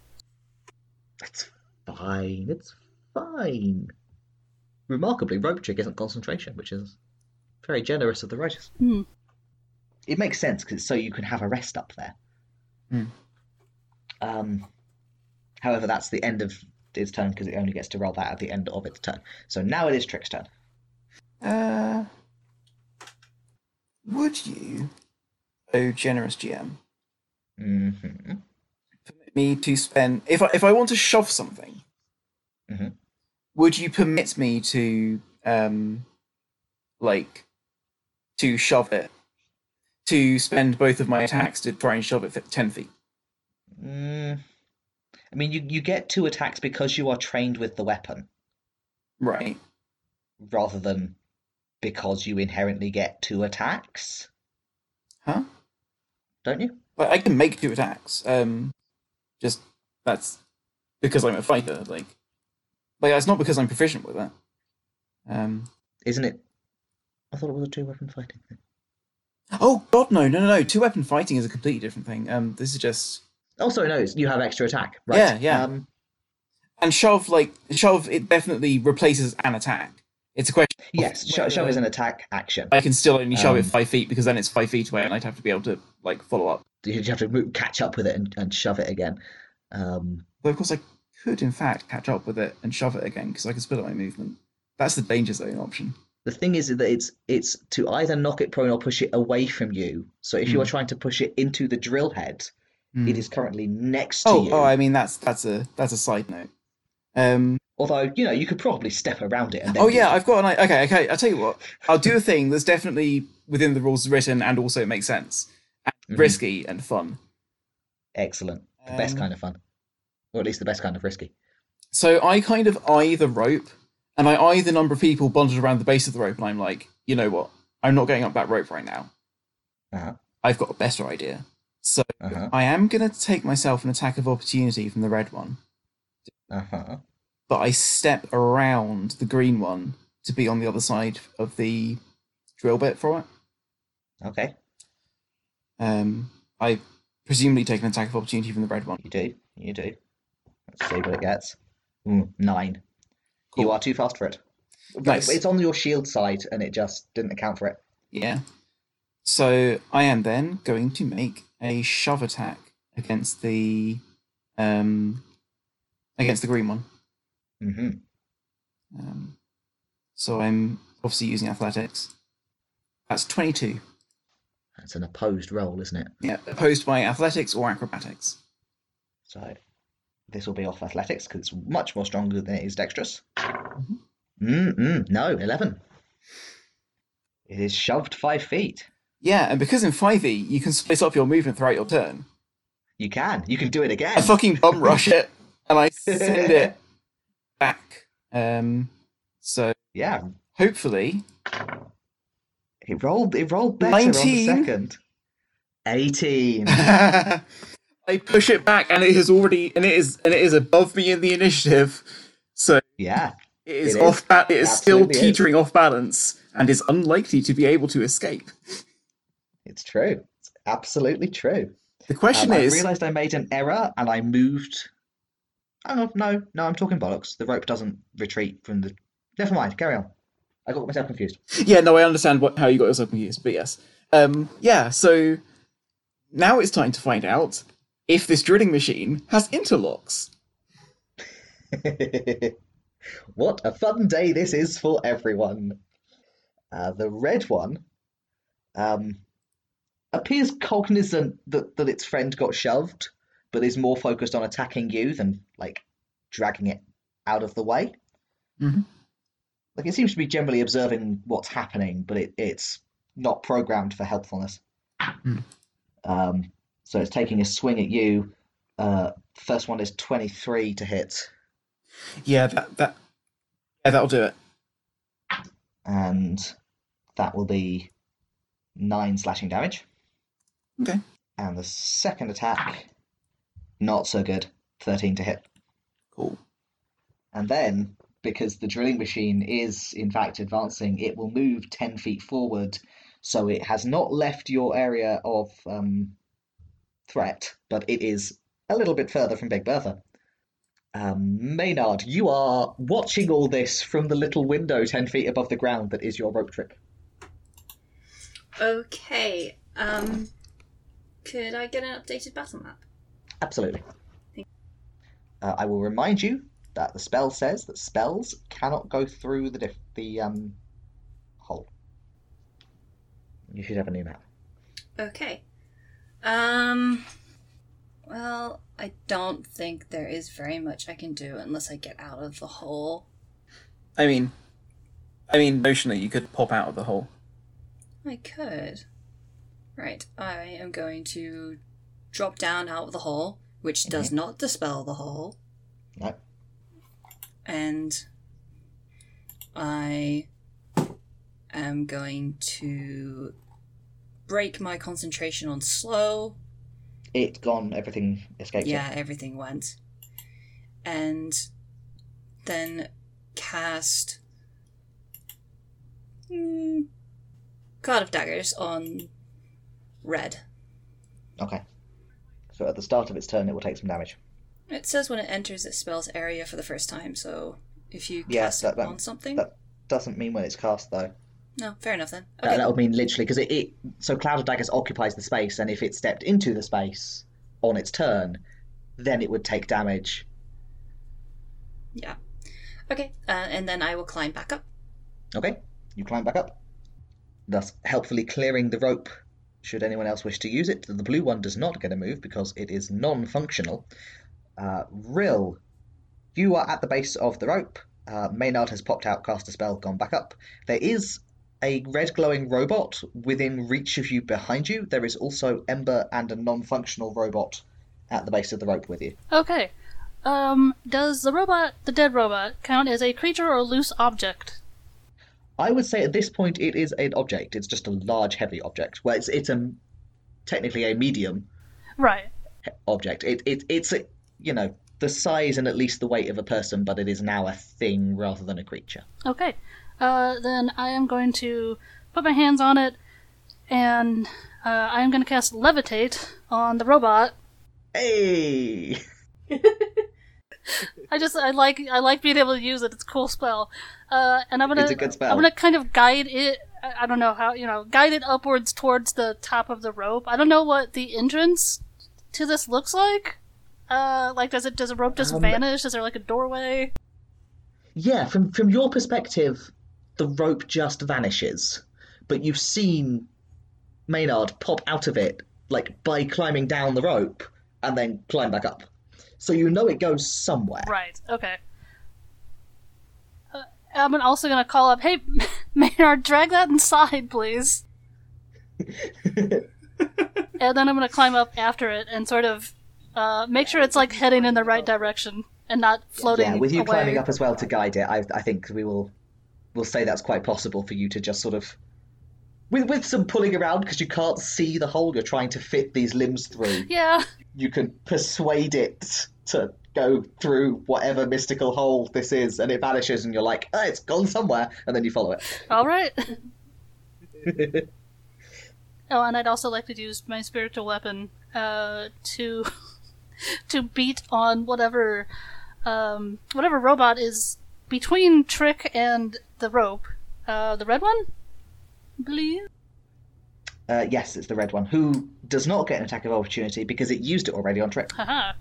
It's fine. It's fine. Remarkably, rope trick isn't concentration, which is very generous of the writers. Hmm. It makes sense because so you can have a rest up there. Hmm. Um, however, that's the end of its turn because it only gets to roll that at the end of its turn. So now it is Trick's turn. Uh, would you, oh generous GM, hmm permit me to spend if I if I want to shove something? Mhm. Would you permit me to um, like, to shove it, to spend both of my attacks to try and shove it f- ten feet? Mm. I mean, you, you get two attacks because you are trained with the weapon Right. rather than because you inherently get two attacks, Huh? don't you? Like I can make two attacks. Um, just that's because I'm a fighter. Like, like that's not because I'm proficient with it. Um. Isn't it? I thought it was a two weapon fighting thing. Oh God, no, no, no, no. Two weapon fighting is a completely different thing. Um, this is just Oh, sorry, no, it's, you have extra attack, right? Yeah, yeah. Um, and shove like shove. It definitely replaces an attack. It's a question. of yes, sho- whether shove is an attack action. I can still only shove it Um, five feet because then it's five feet away, and I'd have to be able to like follow up. You have to move, catch up with it and, and shove it again. Um, Though of course I could in fact catch up with it and shove it again because I could split up my movement. That's the danger zone option. the thing is that it's it's to either knock it prone or push it away from you. So if you Hmm. are trying to push it into the drill head, Hmm. it is currently next to Oh, you. oh, I mean that's that's a that's a side note. Um, Although you know you could probably step around it. And then oh do yeah, it. I've got an i- okay. Okay, I'll tell you what. I'll do a thing that's definitely within the rules written and also makes sense, Mhm. risky and fun. Excellent. The best Um, kind of fun, or at least the best kind of risky. So I kind of eye the rope, and I eye the number of people bonded around the base of the rope, and I'm like, you know what? I'm not going up that rope right now. Uh-huh. I've got a better idea. So Uh-huh. I am gonna take myself an attack of opportunity from the red one, Uh huh. but I step around the green one to be on the other side of the drill bit for it. Okay, Um, I presumably take an attack of opportunity from the red one. you do. You do. Let's see what it gets. Mm, nine. You Cool. are too fast for it. But Nice. It's on your shield side, and it just didn't account for it. Yeah. So I am then going to make a shove attack against the uh, um, against the green one. hmm Um, so I'm obviously using athletics. That's 22. That's an opposed roll, isn't it? Yeah, opposed by athletics or acrobatics. So this will be off athletics because it's much more stronger than it is dexterous. Mhm. Mm-mm, no, 11. It is shoved five feet. Yeah, and because in 5e you can split up your movement throughout your turn, You can. You can do it again. I fucking bum rush it and I send it back. Um, so Yeah. hopefully, It rolled it rolled better on the 19. second. 18. I push it back and it is already and it is and it is above me in the initiative. So yeah. it is It is. off. Ba- it is still Absolutely is. teetering off balance and is unlikely to be able to escape. It's true. It's absolutely true. The question Um, is, I realised I made an error and I moved. Oh no, no, no! I'm talking bollocks. The rope doesn't retreat from the. Never mind. Carry on. I got myself confused. yeah, no, I understand what, how you got yourself confused, but yes, um, yeah. So now it's time to find out if this drilling machine has interlocks. What a fun day this is for everyone. Uh, the red one um, appears cognizant that, that its friend got shoved, but is more focused on attacking you than like dragging it out of the way. Mhm. Like it seems to be generally observing what's happening, but it, it's not programmed for helpfulness. Um, so it's taking a swing at you. Uh, first one is 23 to hit. Yeah, that that yeah, that'll do it. and that will be nine slashing damage. Okay. And the second attack, not so good, 13 to hit. Cool. And then, because the drilling machine is in fact advancing, it will move 10 feet forward, so it has not left your area of um, threat, but it is a little bit further from Big Bertha. Um, Maynard, you are watching all this from the little window 10 feet above the ground that is your rope trip. Okay. Um, could I get an updated battle map? Absolutely. Uh, I will remind you that the spell says that spells cannot go through the diff- the um hole. You should have a new map. Okay. Um. Well, I don't think there is very much I can do unless I get out of the hole. I mean, I mean, notionally, you could pop out of the hole. I could. Right, I am going to drop down out of the hole, which does not dispel the hole, No. and I am going to break my concentration on slow. It gone, everything escapes yeah, it. everything went. And then cast mm, God of Daggers on red. Okay. So at the start of its turn it will take some damage. It says when it enters it spells area for the first time, so if you Yeah, cast that- it that- on something. That doesn't mean when it's cast though. No, fair enough then. That, Okay. that'll mean literally because it, it so Cloud of Daggers occupies the space and if it stepped into the space on its turn, then it would take damage. Yeah. Okay, uh, and then I will climb back up. Okay, you climb back up, thus helpfully clearing the rope should anyone else wish to use it. The blue one does not get a move because it is non functional. Uh, Rill, you are at the base of the rope. Uh, Maynard has popped out, cast a spell, gone back up. There is a red glowing robot within reach of you behind you. There is also Ember and a non functional robot at the base of the rope with you. Okay. Um, does the robot, the dead robot, count as a creature or loose object? I would say at this point it is an object. It's just a large, heavy object. Well, it's, it's a, technically a medium, Right. object. It, it it's a, you know the size and at least the weight of a person, but it is now a thing rather than a creature. Okay. Uh, then I am going to put my hands on it, and uh, I am going to cast levitate on the robot. Hey, I just I like I like being able to use it. It's a cool spell. Uh, and I'm gonna It's a good spell. I'm gonna kind of guide it. I I don't know how you know guide it upwards towards the top of the rope. I don't know what the entrance to this looks like. Uh, like does it does a rope just Um, vanish? Is there like a doorway? Yeah, from from your perspective, the rope just vanishes, but you've seen Maynard pop out of it like by climbing down the rope and then climb back up. So you know it goes somewhere. Right. Okay. Uh, I'm also gonna call up. Hey, Maynard, drag that inside, please. and then I'm gonna climb up after it and sort of uh, make sure it's like heading in the right direction and not floating Yeah, with you away. climbing up as well to guide it, I, I think we will will say that's quite possible for you to just sort of with with some pulling around because you can't see the hole you're trying to fit these limbs through. Yeah. you can persuade it to go through whatever mystical hole this is, and it vanishes, and you're like, oh, it's gone somewhere, and then you follow it. All right. oh, and I'd also like to use my spiritual weapon uh, to to beat on whatever um, whatever robot is between Trick and the rope. Uh, the red one, please. Uh, yes, it's the red one, who does not get an attack of opportunity because it used it already on Trick. Haha.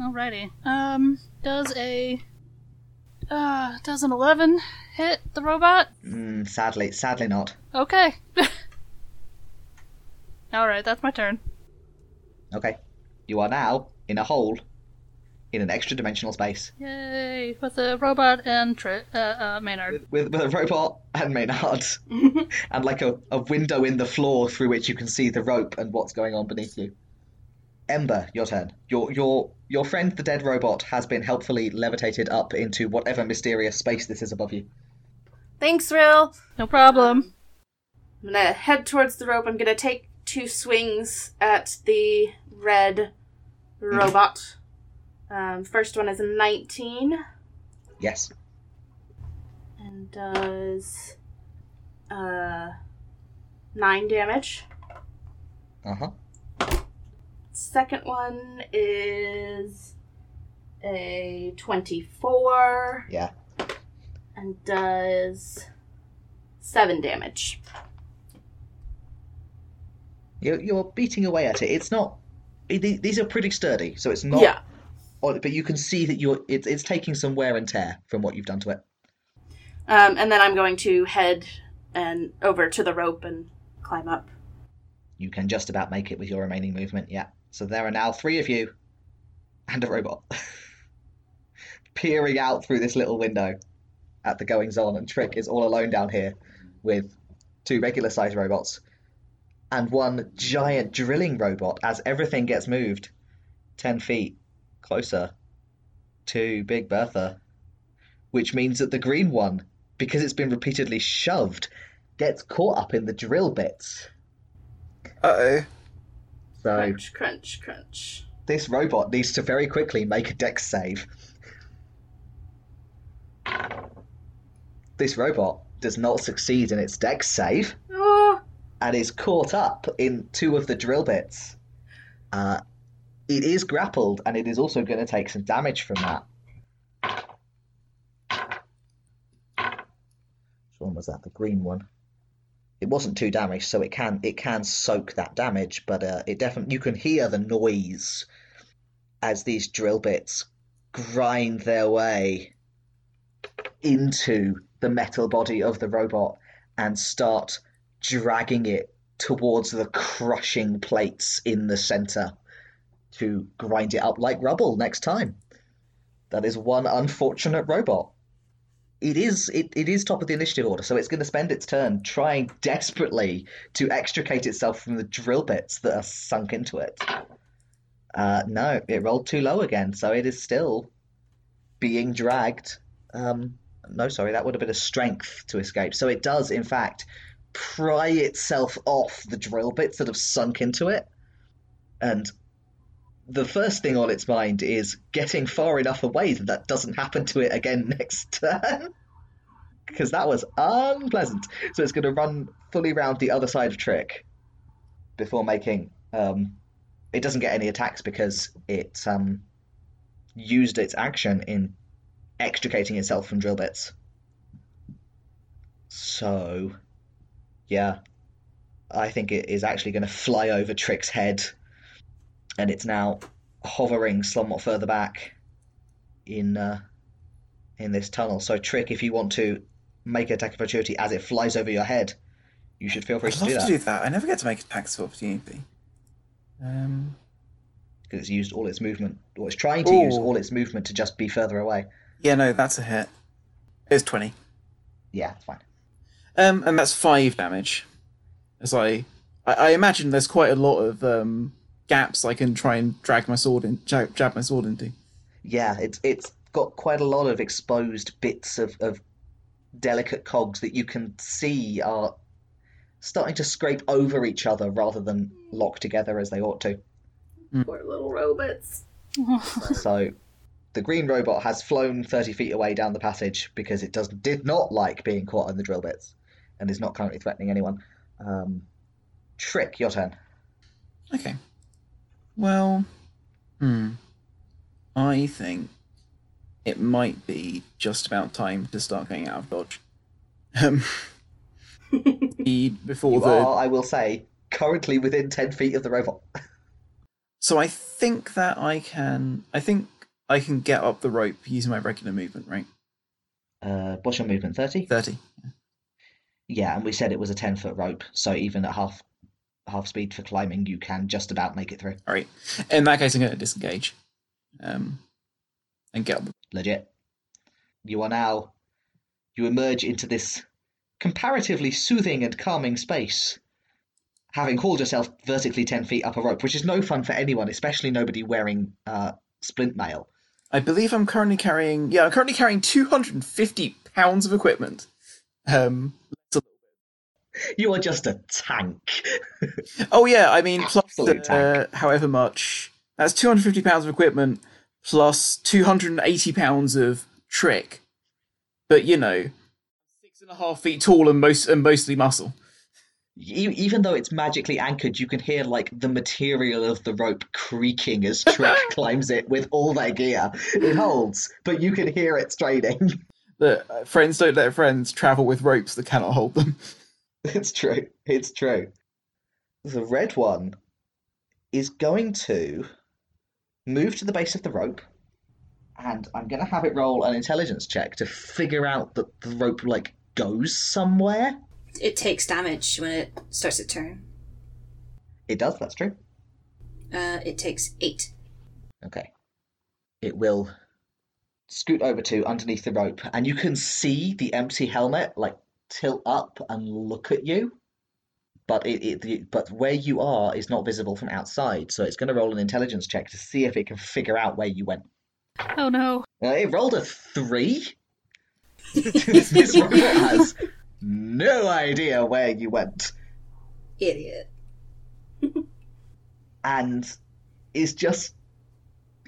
Alrighty. Um, does a uh does an eleven hit the robot? Mm, sadly, sadly not. Okay. All right, that's my turn. Okay, you are now in a hole in an extra dimensional space Yay! With the robot and Tri- uh, uh, Maynard. with, with a robot and Maynard, and like a, a window in the floor through which you can see the rope and what's going on beneath you. Ember, your turn. Your your your friend, the dead robot, has been helpfully levitated up into whatever mysterious space this is above you. Thanks, Rill. No problem. I'm gonna head towards the rope. I'm gonna take two swings at the red robot. Um, first one is a 19 Yes. and does uh, 9 damage. Uh huh. Second one is a 24 Yeah. and does 7 damage. You you're beating away at it. It's not. it- the- These are pretty sturdy, so it's not. Yeah. oh, But you can see that you're. It's it's taking some wear and tear from what you've done to it. Um, and then I'm going to head and over to the rope and climb up. You can just about make it with your remaining movement, yeah. So there are now three of you and a robot peering out through this little window at the goings on. And Trick is all alone down here with two regular sized robots and one giant drilling robot as everything gets moved 10 feet closer to Big Bertha, which means that the green one, because it's been repeatedly shoved, gets caught up in the drill bits. Uh oh. So. Crunch, crunch, crunch. This robot needs to very quickly make a dex save. This robot does not succeed in its dex save Oh, and is caught up in two of the drill bits. Uh, it is grappled and it is also going to take some damage from that. Which one was that? The green one. It wasn't too damage, so it can it can soak that damage, but uh, it definitely you can hear the noise as these drill bits grind their way into the metal body of the robot and start dragging it towards the crushing plates in the center to grind it up like rubble next time. That is one unfortunate robot. It is it, it is top of the initiative order, so it's going to spend its turn trying desperately to extricate itself from the drill bits that are sunk into it. Uh, no, it rolled too low again, so it is still being dragged. Um, no, sorry, that would have been a strength to escape. So it does, in fact, pry itself off the drill bits that have sunk into it. And the first thing on its mind is getting far enough away that that doesn't happen to it again next turn. Because that was unpleasant. So it's going to run fully round the other side of Trick before making. Um, it doesn't get any attacks because it um, used its action in extricating itself from drill bits. So. Yeah. I think it is actually going to fly over Trick's head. And it's now hovering somewhat further back in uh, in this tunnel. So, Trick, if you want to make an attack of opportunity as it flies over your head, you should feel free I'd to love do to that do that. I never get to make attacks of opportunity. E Um, because it's used all its movement, or it's trying to use Ooh. all its movement to just be further away. yeah, no, that's a hit. It's twenty, Yeah, it's fine. um, and that's five damage. As I, I, I imagine there's quite a lot of um, gaps I can try and drag my sword in, jab, jab my sword into. Yeah, it's it's got quite a lot of exposed bits of, of delicate cogs that you can see are starting to scrape over each other rather than lock together as they ought to. Poor little robots. So the green robot has flown 30 feet away down the passage because it does did not like being caught in the drill bits and is not currently threatening anyone. Um, Trick, your turn. Okay. Well, hmm. I think it might be just about time to start going out of dodge. Um, be- before You the are, I will say, currently within 10 feet of the robot. so I think that I can. I think I can get up the rope using my regular movement. Right, Uh, what's your movement? 30? thirty. Yeah, and we said it was a 10 foot rope, so even at half half speed for climbing, you can just about make it through. All right. In that case, I'm going to disengage, um, and get up. Legit. You are now. You emerge into this comparatively soothing and calming space, having hauled yourself vertically 10 feet up a rope, which is no fun for anyone, especially nobody wearing uh, splint mail. I believe I'm currently carrying. Yeah, I'm currently carrying 250 pounds of equipment. Um, You are just a tank. Oh yeah, I mean plus Absolute uh, however much that's two hundred fifty pounds of equipment plus two hundred and eighty pounds of trick, but you know, six and a half feet tall and most and mostly muscle. E- even though it's magically anchored, you can hear like the material of the rope creaking as Trick climbs it with all their gear. It holds, but you can hear it straining. That uh, friends don't let friends travel with ropes that cannot hold them. It's true. It's true. The red one is going to move to the base of the rope, and I'm going to have it roll an intelligence check to figure out that the rope like goes somewhere. It takes damage when it starts its turn. It does. That's true. Uh, it takes eight. Okay. It will scoot over to underneath the rope, and you can see the empty helmet like tilt up and look at you. But it, it the, but where you are is not visible from outside, so it's going to roll an intelligence check to see if it can figure out where you went. Oh no. Uh, it rolled a three. this, this robot has no idea where you went, Idiot. and is just,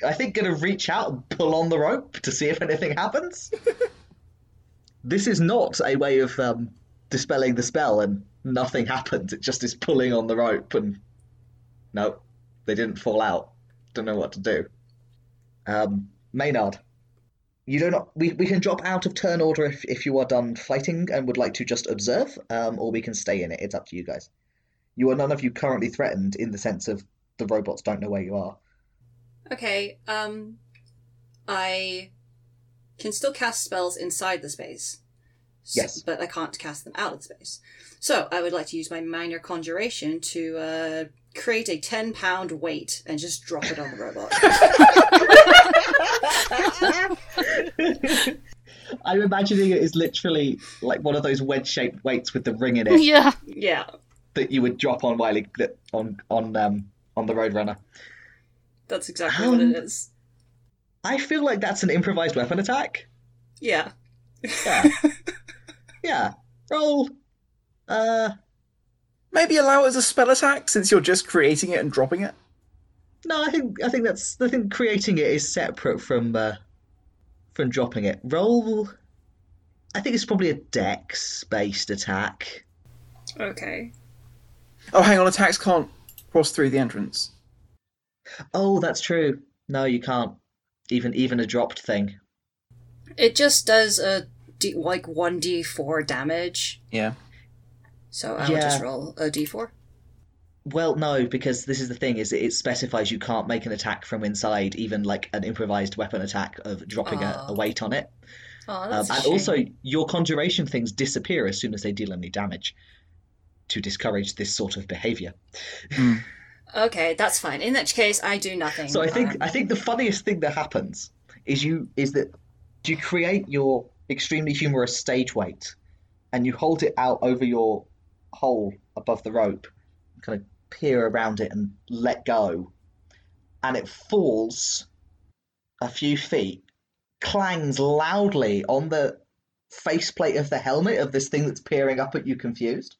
I think, going to reach out and pull on the rope to see if anything happens. this is not a way of um, dispelling the spell and nothing happens. It just is pulling on the rope and no, they didn't fall out. Don't know what to do. Um, Maynard, you do not. We, we can drop out of turn order if, if you are done fighting and would like to just observe, um, or we can stay in it. It's up to you guys. You are none of you currently threatened in the sense of the robots don't know where you are. Okay, um, I can still cast spells inside the space. S- Yes. But I can't cast them out of the space. So I would like to use my minor conjuration to uh, create a 10 pound weight and just drop it on the robot. I'm imagining it is literally like one of those wedge shaped weights with the ring in it. Yeah. yeah. that you would drop on Wiley that- on on um on the Roadrunner. That's exactly what Um, it is. I feel like that's an improvised weapon attack. Yeah. Yeah. yeah. Roll. Uh Maybe allow it as a spell attack since you're just creating it and dropping it. no, I think I think that's I think creating it is separate from uh from dropping it. Roll I think it's probably a dex based attack. Okay. Oh, hang on, attacks can't cross through the entrance. Oh, that's true. No, you can't. Even even a dropped thing. It just does a d- like 1d4 damage. Yeah. So I will Yeah. just roll a d4. Well, no, because this is the thing: is it specifies you can't make an attack from inside, even like an improvised weapon attack of dropping a, a Oh. weight on it. Oh, Um, that's a and shame. also, your conjuration things disappear as soon as they deal any damage to discourage this sort of behavior. Okay, that's fine. In which case, I do nothing. So I think Um, I think the funniest thing that happens is you is that you create your extremely humorous stage weight, and you hold it out over your hole above the rope, kind of peer around it and let go, and it falls a few feet, clangs loudly on the faceplate of the helmet of this thing that's peering up at you confused,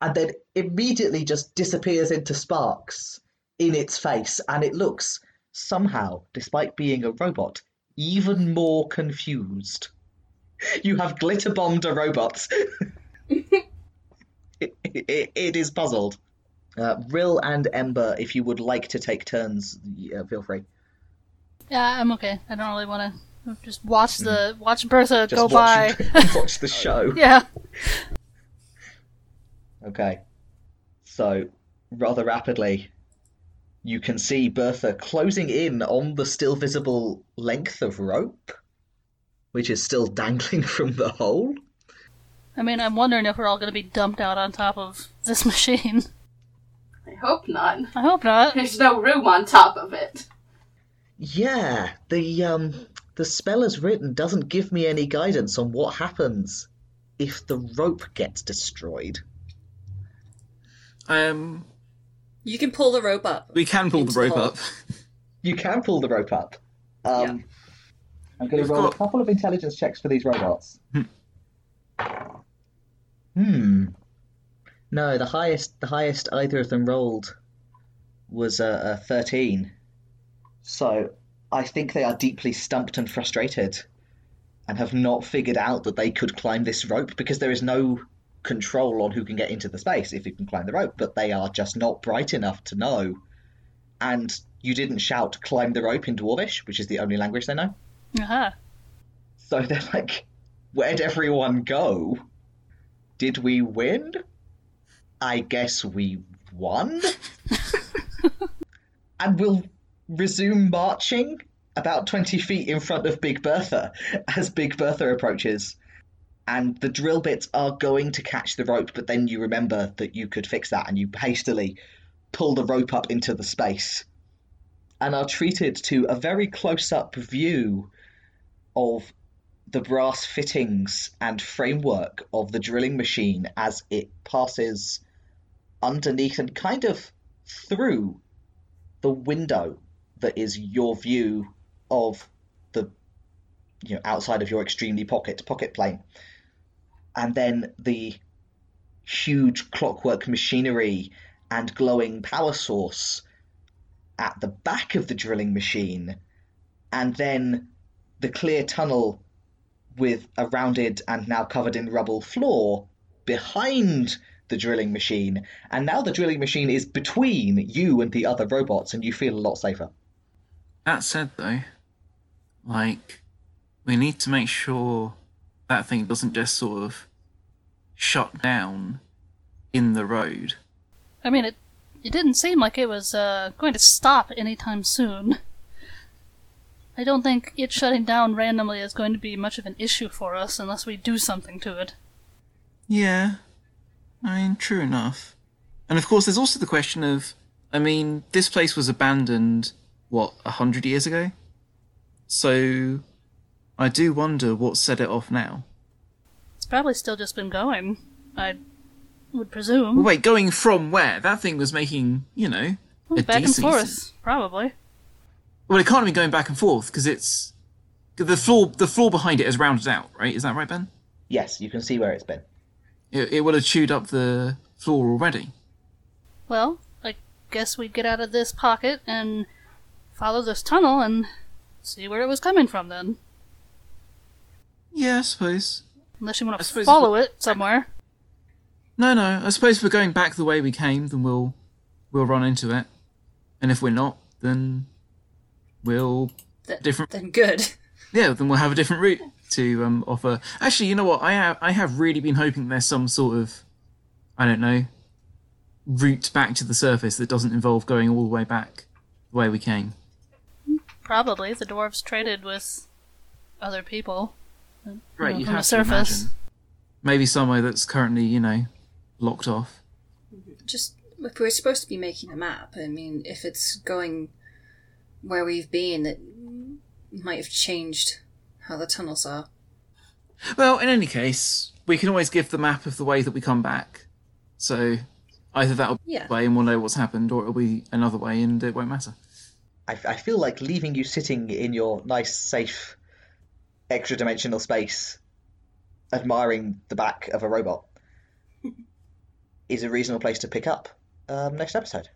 and then immediately just disappears into sparks in its face, and it looks somehow, despite being a robot, even more confused. You have glitter bombed a robot. it, it, it is puzzled. Uh, Rill and Ember, if you would like to take turns, uh, feel free. Yeah, I'm okay. I don't really want to just watch the watch Bertha go by. Mm. watch, watch the show. yeah. Okay. So, rather rapidly, you can see Bertha closing in on the still visible length of rope, which is still dangling from the hole. I mean, I'm wondering if we're all going to be dumped out on top of this machine. I hope not. I hope not. There's no room on top of it. Yeah, the um the spell as written doesn't give me any guidance on what happens if the rope gets destroyed. Um, you can pull the rope up. we can pull Into the the rope hole. up. You can pull the rope up. Um, I'm going to We've roll got- a couple of intelligence checks for these robots. hmm. No, the highest the highest either of them rolled was a, a 13. So I think they are deeply stumped and frustrated, and have not figured out that they could climb this rope because there is no control on who can get into the space if you can climb the rope. But they are just not bright enough to know and you didn't shout climb the rope in dwarvish which is the only language they know Aha. so they're like where'd everyone go did we win i guess we won and we'll resume marching about 20 feet in front of big bertha as big bertha approaches and the drill bits are going to catch the rope but then you remember that you could fix that and you hastily pull the rope up into the space and are treated to a very close up view of the brass fittings and framework of the drilling machine as it passes underneath and kind of through the window that is your view of the you know outside of your extremely pocket pocket plane and then the huge clockwork machinery and glowing power source at the back of the drilling machine, and then the clear tunnel with a rounded and now covered in rubble floor behind the drilling machine. And now the drilling machine is between you and the other robots, and you feel a lot safer. That said, though, like, we need to make sure that thing doesn't just sort of shut down in the road. I mean, it it didn't seem like it was uh, going to stop anytime soon. I don't think it shutting down randomly is going to be much of an issue for us unless we do something to it. Yeah, I mean, true enough. And of course, there's also the question of, I mean, this place was abandoned, what, a hundred years ago? So, I do wonder what set it off now. It's probably still just been going. I would Well, presume wait, going from where? That thing was making, you know, a Hmm, back and decent- forth, probably. Well, it can't be going back and forth because it's 'cause the floor. The floor behind it is rounded out, right? Is that right, Ben? Yes, you can see where it's been. It, it would have chewed up the floor already. Well, I guess we get out of this pocket and follow this tunnel and see where it was coming from then. Yeah, I suppose. Unless you want I to suppose- follow it somewhere. No, no. I suppose if we're going back the way we came, then we'll we'll run into it. And if we're not, then we'll Th- different. Then good. Yeah, then we'll have a different route to um, offer. Actually, you know what? I have I have really been hoping there's some sort of I don't know route back to the surface that doesn't involve going all the way back the way we came. Probably the dwarves traded with other people. Right, know, you from have the to surface. imagine. Maybe somewhere that's currently, you know, locked off. Just if we're supposed to be making a map, I mean, if it's going where we've been, it might have changed how the tunnels are. Well, in any case, we can always give the map of the way that we come back. So either that'll be Yeah. one way and we'll know what's happened, or it'll be another way and it won't matter. I, I feel like leaving you sitting in your nice, safe, extra dimensional space, admiring the back of a robot, is a reasonable place to pick up um, next episode.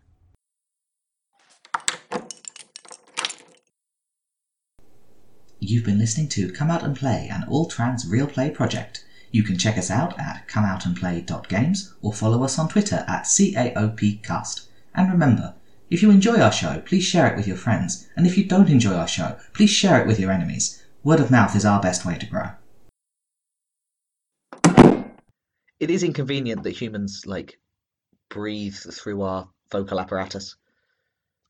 You've been listening to Come Out and Play, an all trans real play project. You can check us out at comeoutandplay.games or follow us on Twitter at CAOPcast. And remember, if you enjoy our show, please share it with your friends, and if you don't enjoy our show, please share it with your enemies. Word of mouth is our best way to grow. It is inconvenient that humans, like, breathe through our vocal apparatus.